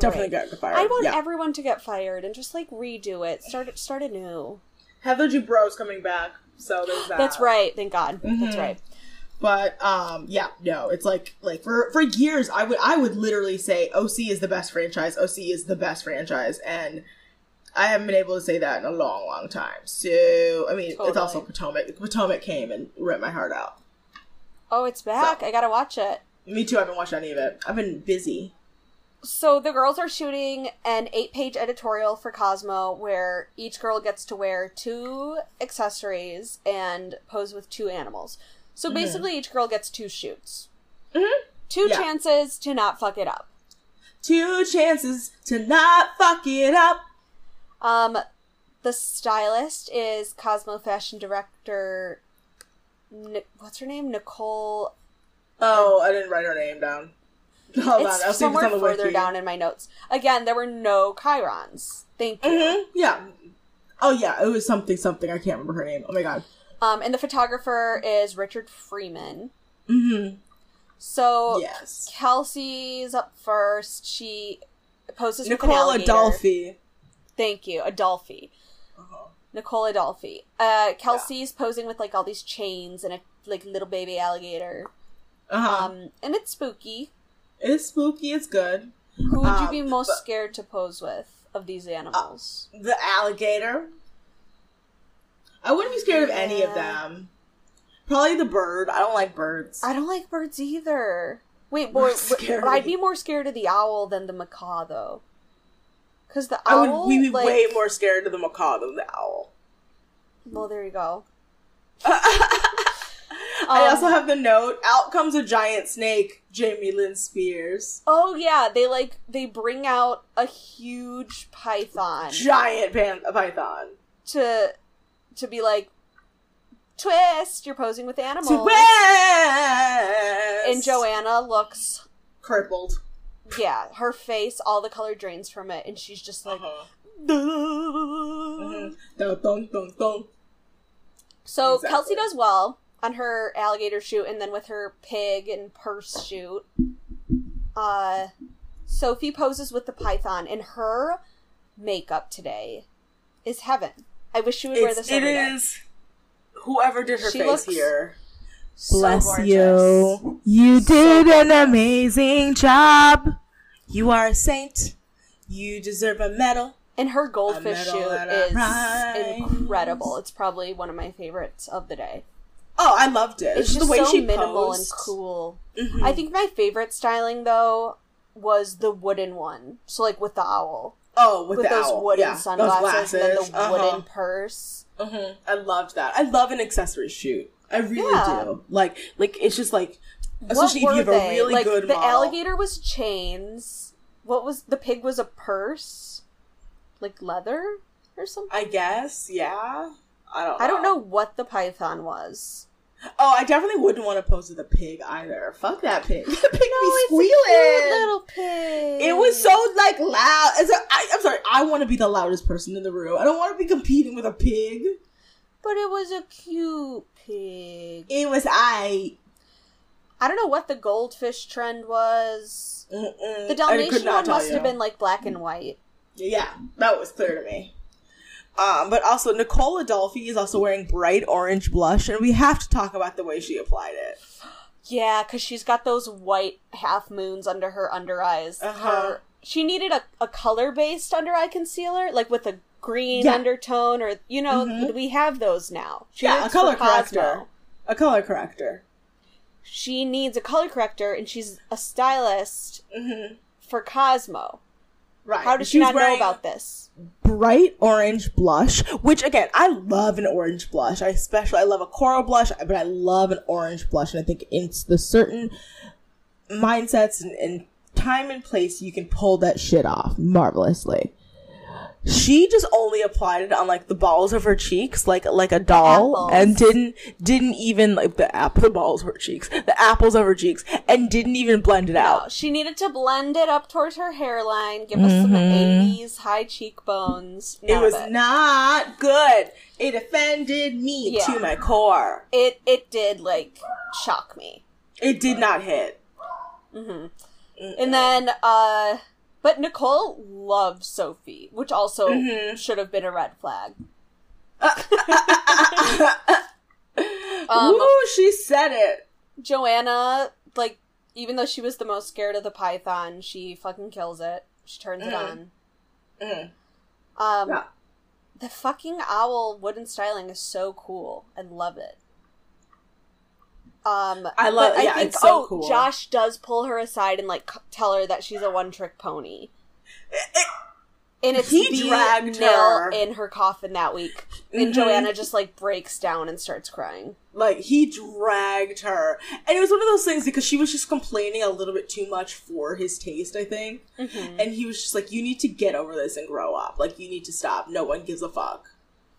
[SPEAKER 2] Definitely
[SPEAKER 3] Great.
[SPEAKER 2] got fired.
[SPEAKER 3] I want
[SPEAKER 2] yeah.
[SPEAKER 3] everyone to get fired and just like redo it. Start it. start anew.
[SPEAKER 2] Heather Dubrow coming back, so there's that.
[SPEAKER 3] That's right. Thank God.
[SPEAKER 2] Mm-hmm.
[SPEAKER 3] That's right.
[SPEAKER 2] But um, yeah, no, it's like like for for years, I would I would literally say OC is the best franchise. OC is the best franchise, and I haven't been able to say that in a long, long time. So I mean, it's
[SPEAKER 3] Totally.
[SPEAKER 2] also Potomac. Potomac came and ripped my heart out.
[SPEAKER 3] Oh, it's back. I gotta watch it.
[SPEAKER 2] Me too. I haven't watched any of it. I've been busy.
[SPEAKER 3] So the girls are shooting an eight-page editorial for Cosmo, where each girl gets to wear two accessories and pose with two animals. So basically, each girl gets two shoots, two
[SPEAKER 2] Mm-hmm. Yeah.
[SPEAKER 3] chances to not fuck it up.
[SPEAKER 2] Two chances to not fuck it up.
[SPEAKER 3] Um, the stylist is Cosmo fashion director. Ni- what's her name? Nicole.
[SPEAKER 2] Oh, I didn't write her name down. Hold on,
[SPEAKER 3] it's
[SPEAKER 2] I'll see if it's
[SPEAKER 3] somewhere
[SPEAKER 2] on the
[SPEAKER 3] further
[SPEAKER 2] wiki.
[SPEAKER 3] down in my notes. Again, there were no chirons. Thank you.
[SPEAKER 2] Mhm, Yeah. Oh yeah, it was something something. I can't remember her name. Oh my god.
[SPEAKER 3] Um, and the photographer is Richard Freeman.
[SPEAKER 2] Mm-hmm.
[SPEAKER 3] So
[SPEAKER 2] yes.
[SPEAKER 3] Kelsey's up first. She poses with an
[SPEAKER 2] Nicola
[SPEAKER 3] alligator.
[SPEAKER 2] Dolphy.
[SPEAKER 3] Thank you, Adolphi.
[SPEAKER 2] Uh-huh.
[SPEAKER 3] Nicola Dolphy. Uh, Kelsey's posing with like all these chains and a like little baby alligator.
[SPEAKER 2] Uh-huh.
[SPEAKER 3] Um, and it's spooky.
[SPEAKER 2] it's spooky. It's good.
[SPEAKER 3] Who would you
[SPEAKER 2] Um,
[SPEAKER 3] be most
[SPEAKER 2] but-
[SPEAKER 3] scared to pose with of these animals?
[SPEAKER 2] The alligator. I wouldn't be scared of any of
[SPEAKER 3] Yeah.
[SPEAKER 2] them. Probably the bird. I don't like birds.
[SPEAKER 3] I don't like birds either. Wait,
[SPEAKER 2] We're
[SPEAKER 3] boy,
[SPEAKER 2] scary.
[SPEAKER 3] I'd be more scared of the owl than the macaw though. Because the
[SPEAKER 2] I
[SPEAKER 3] owl,
[SPEAKER 2] would we'd be
[SPEAKER 3] like-
[SPEAKER 2] way more scared of the macaw than the owl.
[SPEAKER 3] Well, there you go.
[SPEAKER 2] I
[SPEAKER 3] Um,
[SPEAKER 2] also have the note. Out comes a giant snake. Jamie Lynn Spears.
[SPEAKER 3] Oh yeah, they like they bring out a huge python
[SPEAKER 2] Giant pan- python.
[SPEAKER 3] to to be like twist. You're posing with animals,
[SPEAKER 2] To West!
[SPEAKER 3] and Joanna looks
[SPEAKER 2] crippled.
[SPEAKER 3] yeah, her face, all the color drains from it, and she's just like. "Mm-hmm."
[SPEAKER 2] Uh-huh.
[SPEAKER 3] "Duh."
[SPEAKER 2] Mm-hmm. Dun, dun, dun, dun.
[SPEAKER 3] So
[SPEAKER 2] Exactly.
[SPEAKER 3] Kelsey does well on her alligator shoot, and then with her pig and purse shoot. Uh, Sophie poses with the python, and her makeup today is heaven. I wish she would wear
[SPEAKER 2] It's,
[SPEAKER 3] this
[SPEAKER 2] it
[SPEAKER 3] every day.
[SPEAKER 2] is whoever did her
[SPEAKER 3] She
[SPEAKER 2] face
[SPEAKER 3] looks-
[SPEAKER 2] here.
[SPEAKER 3] So
[SPEAKER 6] Bless
[SPEAKER 3] gorgeous.
[SPEAKER 6] you. You did an amazing job. You are a saint.
[SPEAKER 2] You deserve a medal.
[SPEAKER 3] And her goldfish
[SPEAKER 2] A medal
[SPEAKER 3] shoot
[SPEAKER 2] and a
[SPEAKER 3] is
[SPEAKER 2] prize.
[SPEAKER 3] incredible. It's probably one of my favorites of the day.
[SPEAKER 2] Oh, I loved it. Mm-hmm.
[SPEAKER 3] It's just
[SPEAKER 2] the way
[SPEAKER 3] so
[SPEAKER 2] she
[SPEAKER 3] minimal
[SPEAKER 2] posed. Hmm.
[SPEAKER 3] and cool. I think my favorite styling though was the wooden one. So like with the owl.
[SPEAKER 2] Oh, with,
[SPEAKER 3] with
[SPEAKER 2] the
[SPEAKER 3] those
[SPEAKER 2] owl.
[SPEAKER 3] wooden
[SPEAKER 2] Yeah, those
[SPEAKER 3] sunglasses and then
[SPEAKER 2] glasses.
[SPEAKER 3] the
[SPEAKER 2] Uh-huh.
[SPEAKER 3] wooden purse.
[SPEAKER 2] hmm I loved that. I love an accessory shoot. I really
[SPEAKER 3] Yeah.
[SPEAKER 2] do. Like, like it's just like,
[SPEAKER 3] What
[SPEAKER 2] especially
[SPEAKER 3] were
[SPEAKER 2] if you have
[SPEAKER 3] they?
[SPEAKER 2] a really
[SPEAKER 3] like
[SPEAKER 2] good
[SPEAKER 3] the
[SPEAKER 2] model.
[SPEAKER 3] alligator was chains. What was the pig was a purse, like leather or something.
[SPEAKER 2] I guess, yeah. I don't. Know.
[SPEAKER 3] I don't know what the python was.
[SPEAKER 2] Oh, I definitely wouldn't want to pose with a pig either. Fuck that pig. That pig be
[SPEAKER 3] Oh, it's a
[SPEAKER 2] squealing.
[SPEAKER 3] cute little pig.
[SPEAKER 2] It was so like loud. It's a- I, I'm sorry. I want to be the loudest person in the room. I don't want to be competing with a pig.
[SPEAKER 3] but it was a cute pig.
[SPEAKER 2] It was I.
[SPEAKER 3] I don't know what the goldfish trend was.
[SPEAKER 2] Mm-mm.
[SPEAKER 3] The
[SPEAKER 2] I could
[SPEAKER 3] Dalmatian
[SPEAKER 2] not
[SPEAKER 3] one
[SPEAKER 2] tell
[SPEAKER 3] must
[SPEAKER 2] you.
[SPEAKER 3] have been like black and white.
[SPEAKER 2] Yeah, that was clear to me. Um, but also, Nicole Adolfi is also wearing bright orange blush, and we have to talk about the way she applied it.
[SPEAKER 3] Yeah, because she's got those white half moons under her under eyes.
[SPEAKER 2] Uh-huh.
[SPEAKER 3] Her- she needed a, a color based under eye concealer, like with a green
[SPEAKER 2] Yeah. Mm-hmm.
[SPEAKER 3] undertone, or, you know, we have those now. She
[SPEAKER 2] Yeah, a
[SPEAKER 3] works for
[SPEAKER 2] color
[SPEAKER 3] Cosmo.
[SPEAKER 2] corrector. A color corrector.
[SPEAKER 3] She needs a color corrector, and she's a stylist
[SPEAKER 2] Mm-hmm.
[SPEAKER 3] for Cosmo.
[SPEAKER 2] Right.
[SPEAKER 3] How does she
[SPEAKER 2] She's
[SPEAKER 3] not know
[SPEAKER 2] wearing
[SPEAKER 3] about this?
[SPEAKER 2] bright orange blush? Which again, I love an orange blush. I especially I love a coral blush, but I love an orange blush, and I think it's the certain mindsets and, and time and place you can pull that shit off marvelously. She just only applied it on like the balls of her cheeks, like like a doll,
[SPEAKER 3] Apples.
[SPEAKER 2] and didn't didn't even like the app the balls of her cheeks, the apples of her cheeks, and didn't even blend it out.
[SPEAKER 3] No, she needed to blend it up towards her hairline, give us some 80s high cheekbones. None
[SPEAKER 2] Mm-hmm. It
[SPEAKER 3] of
[SPEAKER 2] was not good. It offended me
[SPEAKER 3] Yeah.
[SPEAKER 2] to my core.
[SPEAKER 3] it it did like shock me
[SPEAKER 2] It did not hit.
[SPEAKER 3] Mm-hmm. and then uh but nicole loves sophie which also should have been a red flag um
[SPEAKER 2] Ooh, she said it.
[SPEAKER 3] joanna like even though she was the most scared of the python she fucking kills it she turns it on
[SPEAKER 2] Mhm.
[SPEAKER 3] um
[SPEAKER 2] Yeah.
[SPEAKER 3] the fucking owl wooden styling is so cool i love it um
[SPEAKER 2] I love-
[SPEAKER 3] but
[SPEAKER 2] yeah, it's so
[SPEAKER 3] oh
[SPEAKER 2] cool.
[SPEAKER 3] josh does pull her aside and like c- tell her that she's a one-trick pony and it's
[SPEAKER 2] He
[SPEAKER 3] the
[SPEAKER 2] dragged
[SPEAKER 3] nail
[SPEAKER 2] her.
[SPEAKER 3] in her coffin that week and
[SPEAKER 2] Mhm.
[SPEAKER 3] joanna just like breaks down and starts crying
[SPEAKER 2] Like he dragged her, and it was one of those things because she was just complaining a little bit too much for his taste, I think.
[SPEAKER 3] Mm-hmm.
[SPEAKER 2] And he was just like, "You need to get over this and grow up. Like you need to stop. No one gives a fuck.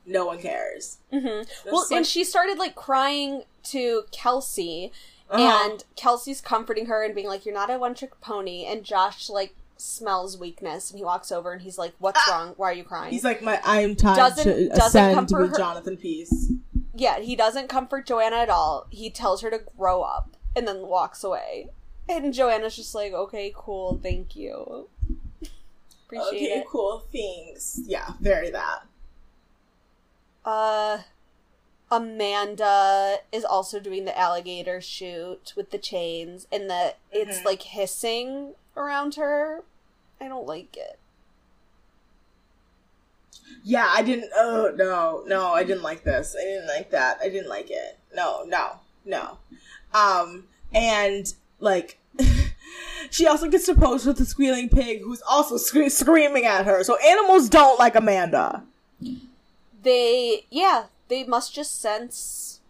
[SPEAKER 2] No one cares." Mm-hmm.
[SPEAKER 3] well and she started like crying to kelsey
[SPEAKER 2] Uh-huh. "Oh."
[SPEAKER 3] and kelsey's comforting her and being like you're not a one-trick pony and josh like smells weakness and he walks over and he's like what's wrong why are you crying
[SPEAKER 2] Ah! he's like, "My, I am tied
[SPEAKER 3] Doesn't-
[SPEAKER 2] to
[SPEAKER 3] doesn't
[SPEAKER 2] ascend
[SPEAKER 3] comfort
[SPEAKER 2] with
[SPEAKER 3] her-
[SPEAKER 2] Jonathan Peace."
[SPEAKER 3] yeah he doesn't comfort joanna at all he tells her to grow up and then walks away and joanna's just like okay cool thank you appreciate
[SPEAKER 2] Okay,
[SPEAKER 3] it
[SPEAKER 2] cool things. Yeah, very that.
[SPEAKER 3] Uh, Amanda is also doing the alligator shoot with the chains, and the
[SPEAKER 2] Mm-hmm.
[SPEAKER 3] it's like hissing around her. I don't like it.
[SPEAKER 2] Yeah, I didn't. Oh no, no, I didn't like this. I didn't like that. I didn't like it. No, no, no. Um, and like, she also gets to pose with the squealing pig, who's also scre- screaming at her. So animals don't like Amanda.
[SPEAKER 3] They yeah, they must just sense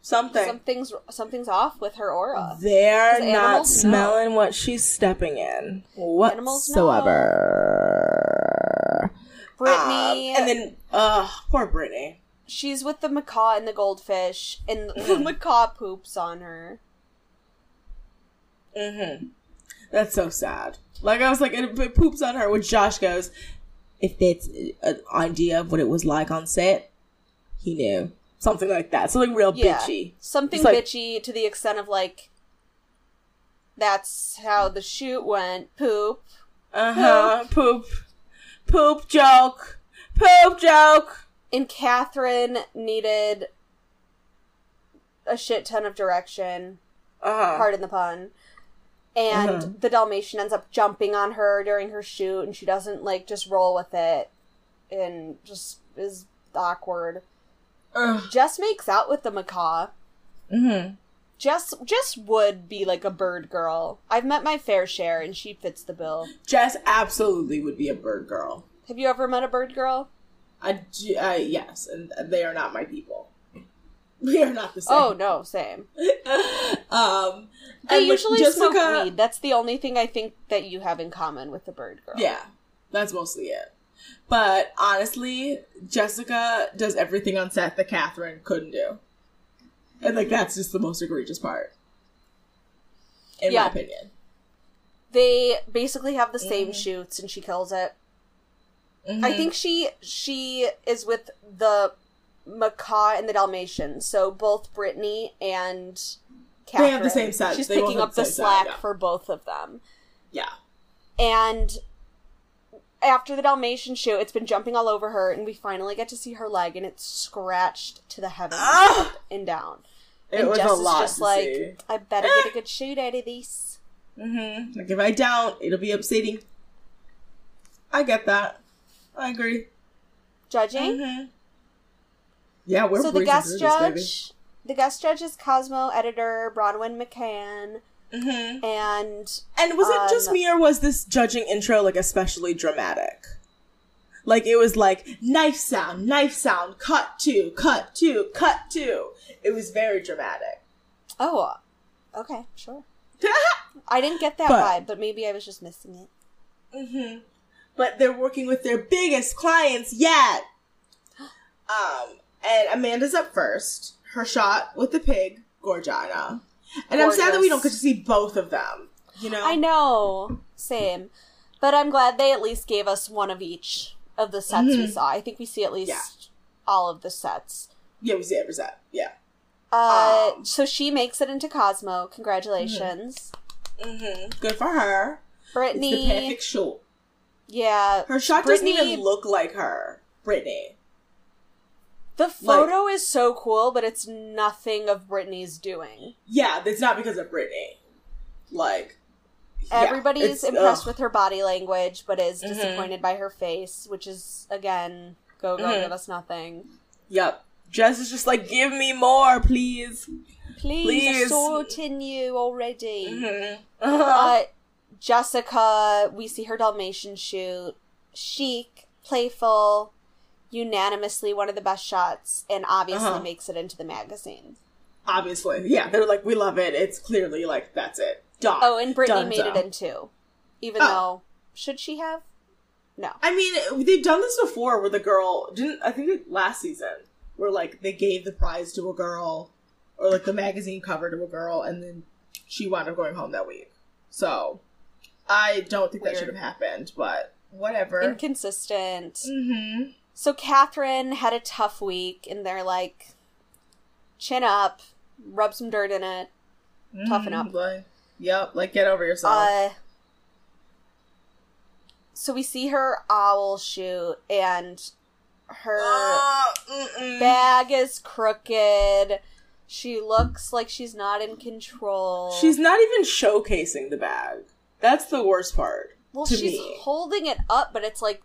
[SPEAKER 2] Something.
[SPEAKER 3] something's something's off with her aura.
[SPEAKER 2] They're
[SPEAKER 3] 'Cause
[SPEAKER 2] not
[SPEAKER 3] animals know.
[SPEAKER 2] smelling what she's stepping in
[SPEAKER 3] Animals know.
[SPEAKER 2] whatsoever.
[SPEAKER 3] Brittany,
[SPEAKER 2] Um, and then, uh, poor Brittany.
[SPEAKER 3] she's with the macaw and the goldfish, and the macaw poops on her.
[SPEAKER 2] Mm-hmm. That's so sad. Like I was like, it, it poops on her. When Josh goes, if that's an idea of what it was like on set, he knew something like that. Something real
[SPEAKER 3] Yeah,
[SPEAKER 2] bitchy.
[SPEAKER 3] something
[SPEAKER 2] It's like-
[SPEAKER 3] bitchy to the extent of like. That's how the shoot went. Poop.
[SPEAKER 2] Uh huh. Poop, poop joke, poop joke.
[SPEAKER 3] and Catherine needed a shit ton of direction.
[SPEAKER 2] Uh huh.
[SPEAKER 3] Pardon the pun. And
[SPEAKER 2] Mhm.
[SPEAKER 3] the Dalmatian ends up jumping on her during her shoot, and she doesn't like just roll with it, and just is awkward. Jess makes out with the macaw.
[SPEAKER 2] Mm-hmm.
[SPEAKER 3] Jess Jess would be like a bird girl. I've met my fair share, and she fits the bill.
[SPEAKER 2] Jess absolutely would be a bird girl.
[SPEAKER 3] Have you ever met a bird girl?
[SPEAKER 2] I, ju- I yes, and they are not my people. We are not the same.
[SPEAKER 3] Oh no, same.
[SPEAKER 2] um,
[SPEAKER 3] Oh. They
[SPEAKER 2] and with
[SPEAKER 3] usually
[SPEAKER 2] Jessica-
[SPEAKER 3] smoke weed. That's the only thing I think that you have in common with the bird girl.
[SPEAKER 2] Yeah, that's mostly it. But honestly, Jessica does everything on set that Catherine couldn't do, and like that's just the most egregious part, in
[SPEAKER 3] Yeah.
[SPEAKER 2] my opinion.
[SPEAKER 3] They basically have the same shoots, and she kills it.
[SPEAKER 2] Mm-hmm.
[SPEAKER 3] I think she she is with the macaw and the Dalmatian. So both Brittany and Catherine.
[SPEAKER 2] They have the same set.
[SPEAKER 3] She's
[SPEAKER 2] They both
[SPEAKER 3] picking
[SPEAKER 2] have
[SPEAKER 3] up
[SPEAKER 2] the
[SPEAKER 3] the,
[SPEAKER 2] same set,
[SPEAKER 3] slack
[SPEAKER 2] yeah.
[SPEAKER 3] for both of them.
[SPEAKER 2] Yeah,
[SPEAKER 3] And after the Dalmatian shoot, it's been jumping all over her, and we finally get to see her leg, and it's scratched to the heavens up and down.
[SPEAKER 2] Ah! it
[SPEAKER 3] and
[SPEAKER 2] was
[SPEAKER 3] Jess
[SPEAKER 2] a
[SPEAKER 3] is
[SPEAKER 2] lot
[SPEAKER 3] just
[SPEAKER 2] to
[SPEAKER 3] like,
[SPEAKER 2] see. Ah!
[SPEAKER 3] I better get a good shoot out of these.
[SPEAKER 2] Mm-hmm. Like if I don't, it'll be upsetting. I get that. I agree.
[SPEAKER 3] Judging.
[SPEAKER 2] Uh-huh. Yeah, we're
[SPEAKER 3] so the
[SPEAKER 2] breezing
[SPEAKER 3] guest
[SPEAKER 2] through
[SPEAKER 3] judge,
[SPEAKER 2] This,
[SPEAKER 3] the guest judge is Cosmo editor Bronwyn McCann,
[SPEAKER 2] baby. Mm-hmm.
[SPEAKER 3] and
[SPEAKER 2] And was it just
[SPEAKER 3] Um,
[SPEAKER 2] me or was this judging intro like especially dramatic? Like it was like knife sound, knife sound, cut two, cut two, cut two. It was very dramatic.
[SPEAKER 3] oh, okay, sure. I didn't get that
[SPEAKER 2] But-
[SPEAKER 3] vibe, but maybe I was just missing it.
[SPEAKER 2] hmm But they're working with their biggest clients yet. Um, and Amanda's up first. Her shot with the pig, Gorgiana. And I'm sad that we don't get to
[SPEAKER 3] Gorgeous.
[SPEAKER 2] see both of them. You know,
[SPEAKER 3] I know, same, but I'm glad they at least gave us one of each of the sets
[SPEAKER 2] Mm-hmm.
[SPEAKER 3] we saw. I think we see at least all of the sets.
[SPEAKER 2] Yeah, we see every set. Yeah.
[SPEAKER 3] Uh,
[SPEAKER 2] Um.
[SPEAKER 3] so she makes it into Cosmo. Congratulations,
[SPEAKER 2] hmm Good for her. It's the
[SPEAKER 3] Brittany.
[SPEAKER 2] perfect shot.
[SPEAKER 3] Yeah,
[SPEAKER 2] Her shot doesn't
[SPEAKER 3] Brittany-
[SPEAKER 2] even look like her, Brittany.
[SPEAKER 3] the photo is so cool, but it's nothing of Brittany's doing.
[SPEAKER 2] Yeah, it's not because of Brittany. Like yeah,
[SPEAKER 3] Everybody's
[SPEAKER 2] it's-
[SPEAKER 3] impressed
[SPEAKER 2] ugh. Mm-hmm.
[SPEAKER 3] with her body language, but is disappointed by her face, which is again, go go,
[SPEAKER 2] Mm-hmm.
[SPEAKER 3] give us nothing.
[SPEAKER 2] Yep. Jess is just like, give me more, please.
[SPEAKER 3] Please,
[SPEAKER 2] Please. Mm-hmm.
[SPEAKER 3] I saw it in you already.
[SPEAKER 2] Uh-huh.
[SPEAKER 3] Uh, Jessica, we see her Dalmatian shoot, chic, playful, unanimously one of the best shots, and obviously
[SPEAKER 2] Uh-huh.
[SPEAKER 3] makes it into the magazine.
[SPEAKER 2] Obviously, yeah. They're like, we love it. It's clearly like that's it. Done.
[SPEAKER 3] Oh, and Brittany
[SPEAKER 2] Dunzo.
[SPEAKER 3] made it in two, even
[SPEAKER 2] Oh.
[SPEAKER 3] though should she have? No.
[SPEAKER 2] I mean, they've done this before, where the girl didn't. I think like, last season, where like they gave the prize to a girl, or like the magazine cover to a girl, and then she wound up going home that week. So, I don't think that
[SPEAKER 3] Weird.
[SPEAKER 2] should have happened, but whatever.
[SPEAKER 3] Inconsistent.
[SPEAKER 2] mm-hmm.
[SPEAKER 3] So Catherine had a tough week, and they're like, chin up, rub some dirt in it. Toughen
[SPEAKER 2] Mhm,
[SPEAKER 3] up.
[SPEAKER 2] Like, yep, like get over yourself.
[SPEAKER 3] Uh, so we see her owl shoot, and her
[SPEAKER 2] Uh, mm-mm.
[SPEAKER 3] bag is crooked. She looks like she's not in control.
[SPEAKER 2] She's not even showcasing the bag. That's the worst part.
[SPEAKER 3] well,
[SPEAKER 2] to
[SPEAKER 3] she's
[SPEAKER 2] me.
[SPEAKER 3] holding it up, but it's like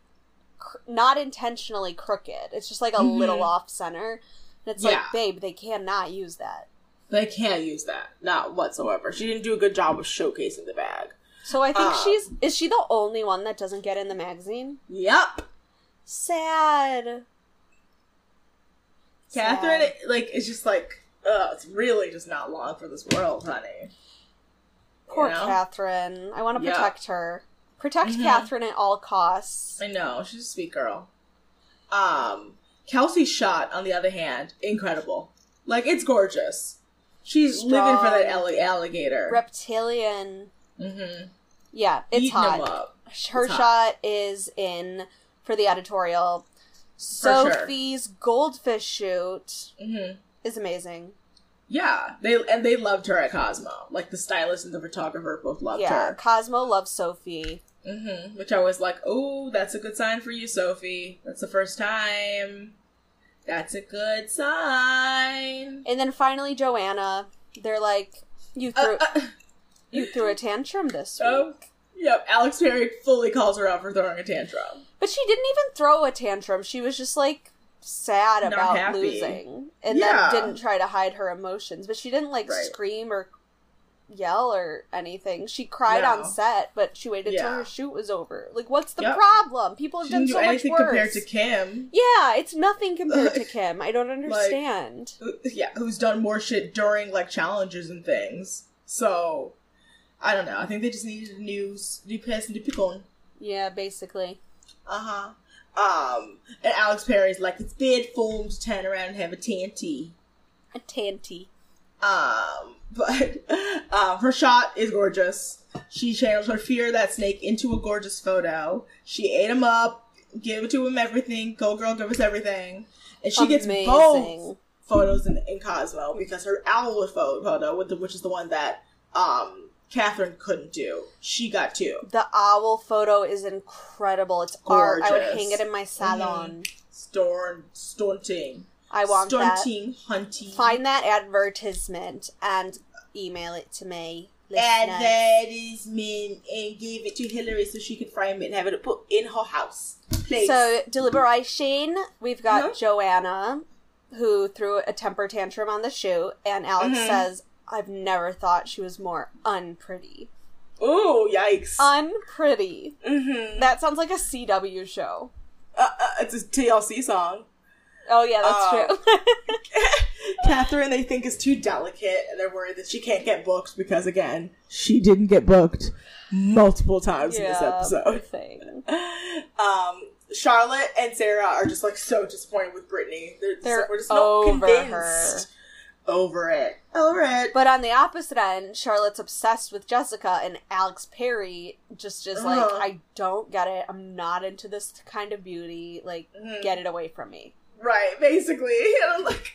[SPEAKER 3] cr- not intentionally crooked. It's just like a
[SPEAKER 2] Mhm.
[SPEAKER 3] little off center. And it's
[SPEAKER 2] Yeah.
[SPEAKER 3] like, babe, they cannot use that.
[SPEAKER 2] They can't use that. Not whatsoever. She didn't do a good job of showcasing the bag.
[SPEAKER 3] So I think
[SPEAKER 2] Um,
[SPEAKER 3] she's is she the only one that doesn't get in the magazine?
[SPEAKER 2] Yep.
[SPEAKER 3] Sad.
[SPEAKER 2] Catherine,
[SPEAKER 3] Sad.
[SPEAKER 2] like, is just like, ugh, it's really just not long for this world, honey.
[SPEAKER 3] Poor
[SPEAKER 2] you know?
[SPEAKER 3] Catherine. I want to
[SPEAKER 2] Yeah. Mm-hmm.
[SPEAKER 3] protect her. Protect Catherine at all costs.
[SPEAKER 2] I know. She's a sweet girl. Um, Kelsey's shot, on the other hand, incredible. Like, it's gorgeous. She's living for that
[SPEAKER 3] Strong.
[SPEAKER 2] alli- alligator.
[SPEAKER 3] Reptilian.
[SPEAKER 2] mm-hmm.
[SPEAKER 3] Yeah, it's
[SPEAKER 2] Eating him
[SPEAKER 3] hot.
[SPEAKER 2] up.
[SPEAKER 3] Her
[SPEAKER 2] It's hot.
[SPEAKER 3] shot is in for the editorial.
[SPEAKER 2] sure.
[SPEAKER 3] Sophie's goldfish shoot
[SPEAKER 2] Mm-hmm.
[SPEAKER 3] is amazing.
[SPEAKER 2] Yeah, they and they loved her at Cosmo. Like the stylist and the photographer both loved
[SPEAKER 3] yeah,
[SPEAKER 2] her.
[SPEAKER 3] Cosmo loves Sophie.
[SPEAKER 2] hmm Which I was like, oh, that's a good sign for you, Sophie. That's the first time. That's a good sign.
[SPEAKER 3] And then finally Joanna. They're like, you
[SPEAKER 2] Uh,
[SPEAKER 3] threw
[SPEAKER 2] uh,
[SPEAKER 3] you threw a tantrum this week.
[SPEAKER 2] oh, yep. Alex Perry fully calls her out for throwing a tantrum.
[SPEAKER 3] But she didn't even throw a tantrum. She was just like sad
[SPEAKER 2] Not
[SPEAKER 3] about
[SPEAKER 2] happy.
[SPEAKER 3] losing and
[SPEAKER 2] Yeah.
[SPEAKER 3] then didn't try to hide her emotions. But she didn't like
[SPEAKER 2] Right.
[SPEAKER 3] scream or yell or anything. She cried
[SPEAKER 2] No.
[SPEAKER 3] on set, but she waited till
[SPEAKER 2] Yeah.
[SPEAKER 3] her shoot was over. Like, what's the
[SPEAKER 2] Yep.
[SPEAKER 3] problem? People have
[SPEAKER 2] She
[SPEAKER 3] done
[SPEAKER 2] didn't do
[SPEAKER 3] so much
[SPEAKER 2] anything
[SPEAKER 3] worse.
[SPEAKER 2] compared to Kim,
[SPEAKER 3] yeah, it's nothing compared to Kim. I don't understand.
[SPEAKER 2] who- yeah, who's done more shit during like challenges and things. So I don't know. I think they just needed a new s- new person to pick on.
[SPEAKER 3] yeah, basically.
[SPEAKER 2] Uh huh. Um, and Alex Perry's like, it's bad form to turn around and have a TNT.
[SPEAKER 3] A tanty.
[SPEAKER 2] Um, but um, her shot is gorgeous. She channels her fear of that snake into a gorgeous photo. She ate him up, gave to him everything. Go girl, give us everything. And she
[SPEAKER 3] Amazing.
[SPEAKER 2] gets both photos in, in Cosmo because her owl photo, photo with the, which is the one that um, Catherine couldn't do. She got two.
[SPEAKER 3] The owl photo is incredible. It's art. I would
[SPEAKER 2] Gorgeous. Mm-hmm.
[SPEAKER 3] hang it in my salon.
[SPEAKER 2] Storm, stunting,
[SPEAKER 3] I want that.
[SPEAKER 2] stunting, hunting.
[SPEAKER 3] Find that advertisement and email it to me.
[SPEAKER 2] and
[SPEAKER 3] listeners.
[SPEAKER 2] that is men and gave it to Hillary so she could frame it and have it put in her house. Place.
[SPEAKER 3] So deliberation, we've got
[SPEAKER 2] Mm-hmm.
[SPEAKER 3] Joanna, who threw a temper tantrum on the shoot, and Alex
[SPEAKER 2] Mm-hmm.
[SPEAKER 3] says, "I've never thought she was more unpretty.
[SPEAKER 2] Ooh, Oh, yikes.
[SPEAKER 3] Unpretty.
[SPEAKER 2] mm-hmm.
[SPEAKER 3] That sounds like a CW show.
[SPEAKER 2] uh, uh, it's a TLC song.
[SPEAKER 3] Oh yeah, that's
[SPEAKER 2] Oh.
[SPEAKER 3] true.
[SPEAKER 2] Catherine, they think, is too delicate, and they're worried that she can't get booked because, again, she didn't get booked multiple times in this
[SPEAKER 3] Yeah,
[SPEAKER 2] episode.
[SPEAKER 3] thing.
[SPEAKER 2] Um, Charlotte and Sarah are just like so disappointed with Brittany. They're, just,
[SPEAKER 3] They're
[SPEAKER 2] like, we're just
[SPEAKER 3] over
[SPEAKER 2] not convinced. Over it. Over it.
[SPEAKER 3] But on the opposite end, Charlotte's obsessed with Jessica, and Alex Perry just is like,
[SPEAKER 2] Ugh.
[SPEAKER 3] "I don't get it. I'm not into this kind of beauty. Like,
[SPEAKER 2] Mhm.
[SPEAKER 3] get it away from me."
[SPEAKER 2] Right, basically. And I'm like,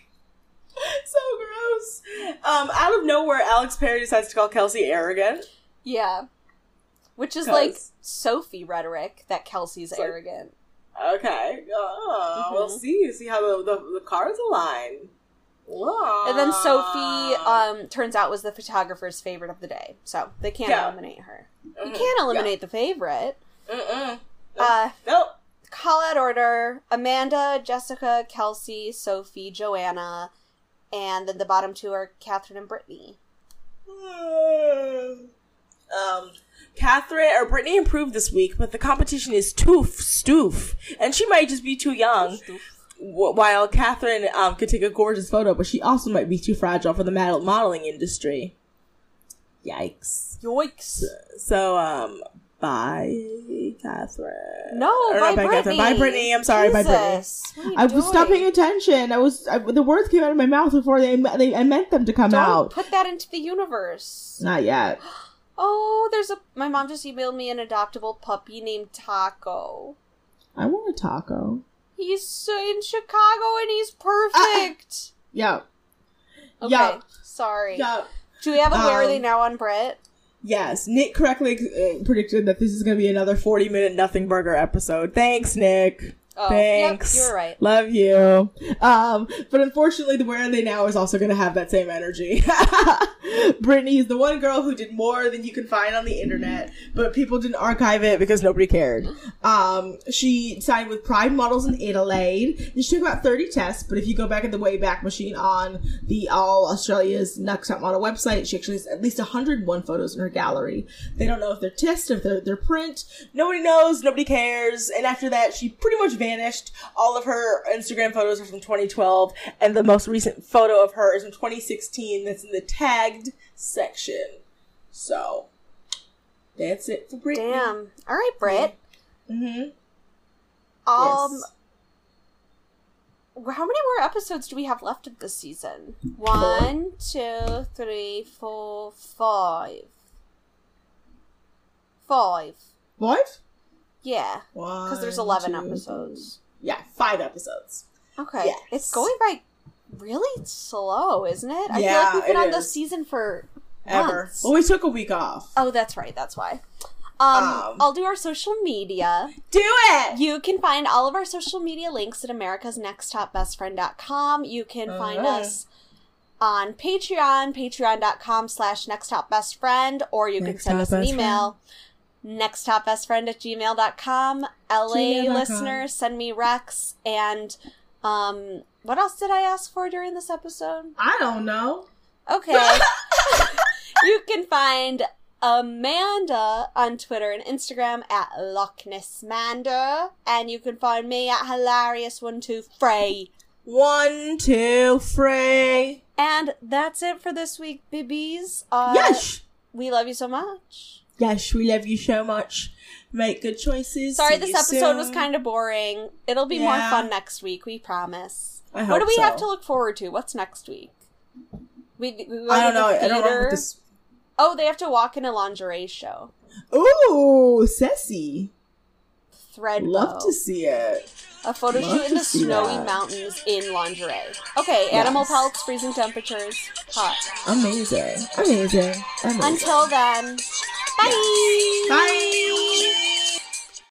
[SPEAKER 2] so gross. Um, out of nowhere, Alex Perry decides to call Kelsey arrogant.
[SPEAKER 3] Yeah. Which is like
[SPEAKER 2] 'Cause-
[SPEAKER 3] Sophie rhetoric that Kelsey's
[SPEAKER 2] like-
[SPEAKER 3] arrogant.
[SPEAKER 2] Okay. Oh, we'll
[SPEAKER 3] Mhm.
[SPEAKER 2] see. See how the, the, the cars align. Wow.
[SPEAKER 3] And then Sophie
[SPEAKER 2] uh,
[SPEAKER 3] um turns out was the photographer's favorite of the day. So they can't
[SPEAKER 2] Yeah.
[SPEAKER 3] eliminate her. You can't eliminate the favorite.
[SPEAKER 2] Mm-hmm. Mm-mm.
[SPEAKER 3] Uh
[SPEAKER 2] Nope.
[SPEAKER 3] call out order Amanda, Jessica, Kelsey, Sophie, Joanna, and then the bottom two are Catherine and Brittany.
[SPEAKER 2] Um, Catherine or Brittany improved this week, but the competition is toof stoof, and she might just be too young. Wh- While Catherine um, could take a gorgeous photo, but she also might be too fragile for the model- modeling industry. Yikes!
[SPEAKER 3] Yoicks.
[SPEAKER 2] So, um, bye, Catherine.
[SPEAKER 3] No,
[SPEAKER 2] Or
[SPEAKER 3] bye,
[SPEAKER 2] not
[SPEAKER 3] Brittany.
[SPEAKER 2] Bye, Brittany. I'm sorry, bye, Brittany.
[SPEAKER 3] Jesus, what are you
[SPEAKER 2] I was not
[SPEAKER 3] doing?
[SPEAKER 2] paying attention. I was I, the words came out of my mouth before they, they I meant them to come
[SPEAKER 3] Don't
[SPEAKER 2] out.
[SPEAKER 3] put that into the universe.
[SPEAKER 2] Not yet.
[SPEAKER 3] Oh, there's a. My mom just emailed me an adoptable puppy named Taco.
[SPEAKER 2] I want a taco.
[SPEAKER 3] He's so- in Chicago and he's perfect.
[SPEAKER 2] Yeah.
[SPEAKER 3] okay,
[SPEAKER 2] Ah, yeah.
[SPEAKER 3] sorry.
[SPEAKER 2] Yeah.
[SPEAKER 3] Do we have a where are they
[SPEAKER 2] Um,
[SPEAKER 3] now on Brit?
[SPEAKER 2] Yes, Nick correctly uh, predicted that this is going to be another 40 minute nothing burger episode. Thanks, Nick.
[SPEAKER 3] Oh,
[SPEAKER 2] Thanks.
[SPEAKER 3] Yep, you're right.
[SPEAKER 2] Love you. Um, but unfortunately, the Where Are They Now is also going to have that same energy. Brittany is the one girl who did more than you can find on the internet, but people didn't archive it because nobody cared. Um, she signed with Pride Models in Adelaide, and she took about 30 tests, but if you go back in the Wayback Machine on the All Australia's Next Top Model website, she actually has at least 101 photos in her gallery. They don't know if they're test, if they're, they're print. Nobody knows, nobody cares. And after that, she pretty much vanished. All of her Instagram photos are from 2012, and the most recent photo of her is from 2016 that's in the tagged section. So, that's it for Brittany.
[SPEAKER 3] Damn. All right, Brit.
[SPEAKER 2] Mm-hmm.
[SPEAKER 3] Um, wh- how many more episodes do we have left of this season? One, two, three, four, five. Five.
[SPEAKER 2] What?
[SPEAKER 3] Yeah, because there's eleven episodes.
[SPEAKER 2] Yeah, five episodes.
[SPEAKER 3] Okay.
[SPEAKER 2] Yes.
[SPEAKER 3] It's going by really slow, isn't it? I feel
[SPEAKER 2] Yeah,
[SPEAKER 3] like we've been
[SPEAKER 2] it
[SPEAKER 3] on this
[SPEAKER 2] is.
[SPEAKER 3] season for
[SPEAKER 2] Ever.
[SPEAKER 3] months.
[SPEAKER 2] Well, we took a week off.
[SPEAKER 3] Oh, that's right. That's why. Um,
[SPEAKER 2] Um,
[SPEAKER 3] I'll do our social media.
[SPEAKER 2] Do it!
[SPEAKER 3] You can find all of our social media links at America's Next Top Best Friend.com. You can find
[SPEAKER 2] Alright.
[SPEAKER 3] us on Patreon, patreon.com slash next top best friend, or you can
[SPEAKER 2] Next
[SPEAKER 3] send
[SPEAKER 2] Top
[SPEAKER 3] us an
[SPEAKER 2] Best
[SPEAKER 3] email. Next top best friend at gmail.com. LA
[SPEAKER 2] Gmail.com.
[SPEAKER 3] listeners, send me Rex. And um what else did I ask for during this episode?
[SPEAKER 2] I don't know.
[SPEAKER 3] Okay. you can can find Amanda on Twitter and Instagram at Loch Ness Mander, and you can find me at hilarious one two frey.
[SPEAKER 2] One, two, three.
[SPEAKER 3] And that's it for this week, bibbies. Uh,
[SPEAKER 2] Yes.
[SPEAKER 3] we love you so much.
[SPEAKER 2] Yes, we love you so much. Make good choices.
[SPEAKER 3] Sorry,
[SPEAKER 2] See
[SPEAKER 3] this
[SPEAKER 2] you
[SPEAKER 3] episode was
[SPEAKER 2] soon.
[SPEAKER 3] kind of boring. It'll be more
[SPEAKER 2] Yeah.
[SPEAKER 3] fun next week, we promise.
[SPEAKER 2] I
[SPEAKER 3] what
[SPEAKER 2] hope
[SPEAKER 3] do we
[SPEAKER 2] so.
[SPEAKER 3] have to look forward to? What's next week? We, we go
[SPEAKER 2] I
[SPEAKER 3] to
[SPEAKER 2] don't
[SPEAKER 3] the
[SPEAKER 2] know. I don't know
[SPEAKER 3] theater.
[SPEAKER 2] what this.
[SPEAKER 3] Oh, they have to walk in a lingerie show.
[SPEAKER 2] Ooh, sassy.
[SPEAKER 3] Thread
[SPEAKER 2] Love
[SPEAKER 3] bow.
[SPEAKER 2] to see it.
[SPEAKER 3] A photo
[SPEAKER 2] Love
[SPEAKER 3] shoot in
[SPEAKER 2] to
[SPEAKER 3] the
[SPEAKER 2] see
[SPEAKER 3] snowy
[SPEAKER 2] that.
[SPEAKER 3] mountains in lingerie. Okay, animal pellets, freezing temperatures, hot.
[SPEAKER 2] Amazing. Amazing. Amazing.
[SPEAKER 3] Until then, bye.
[SPEAKER 2] Bye.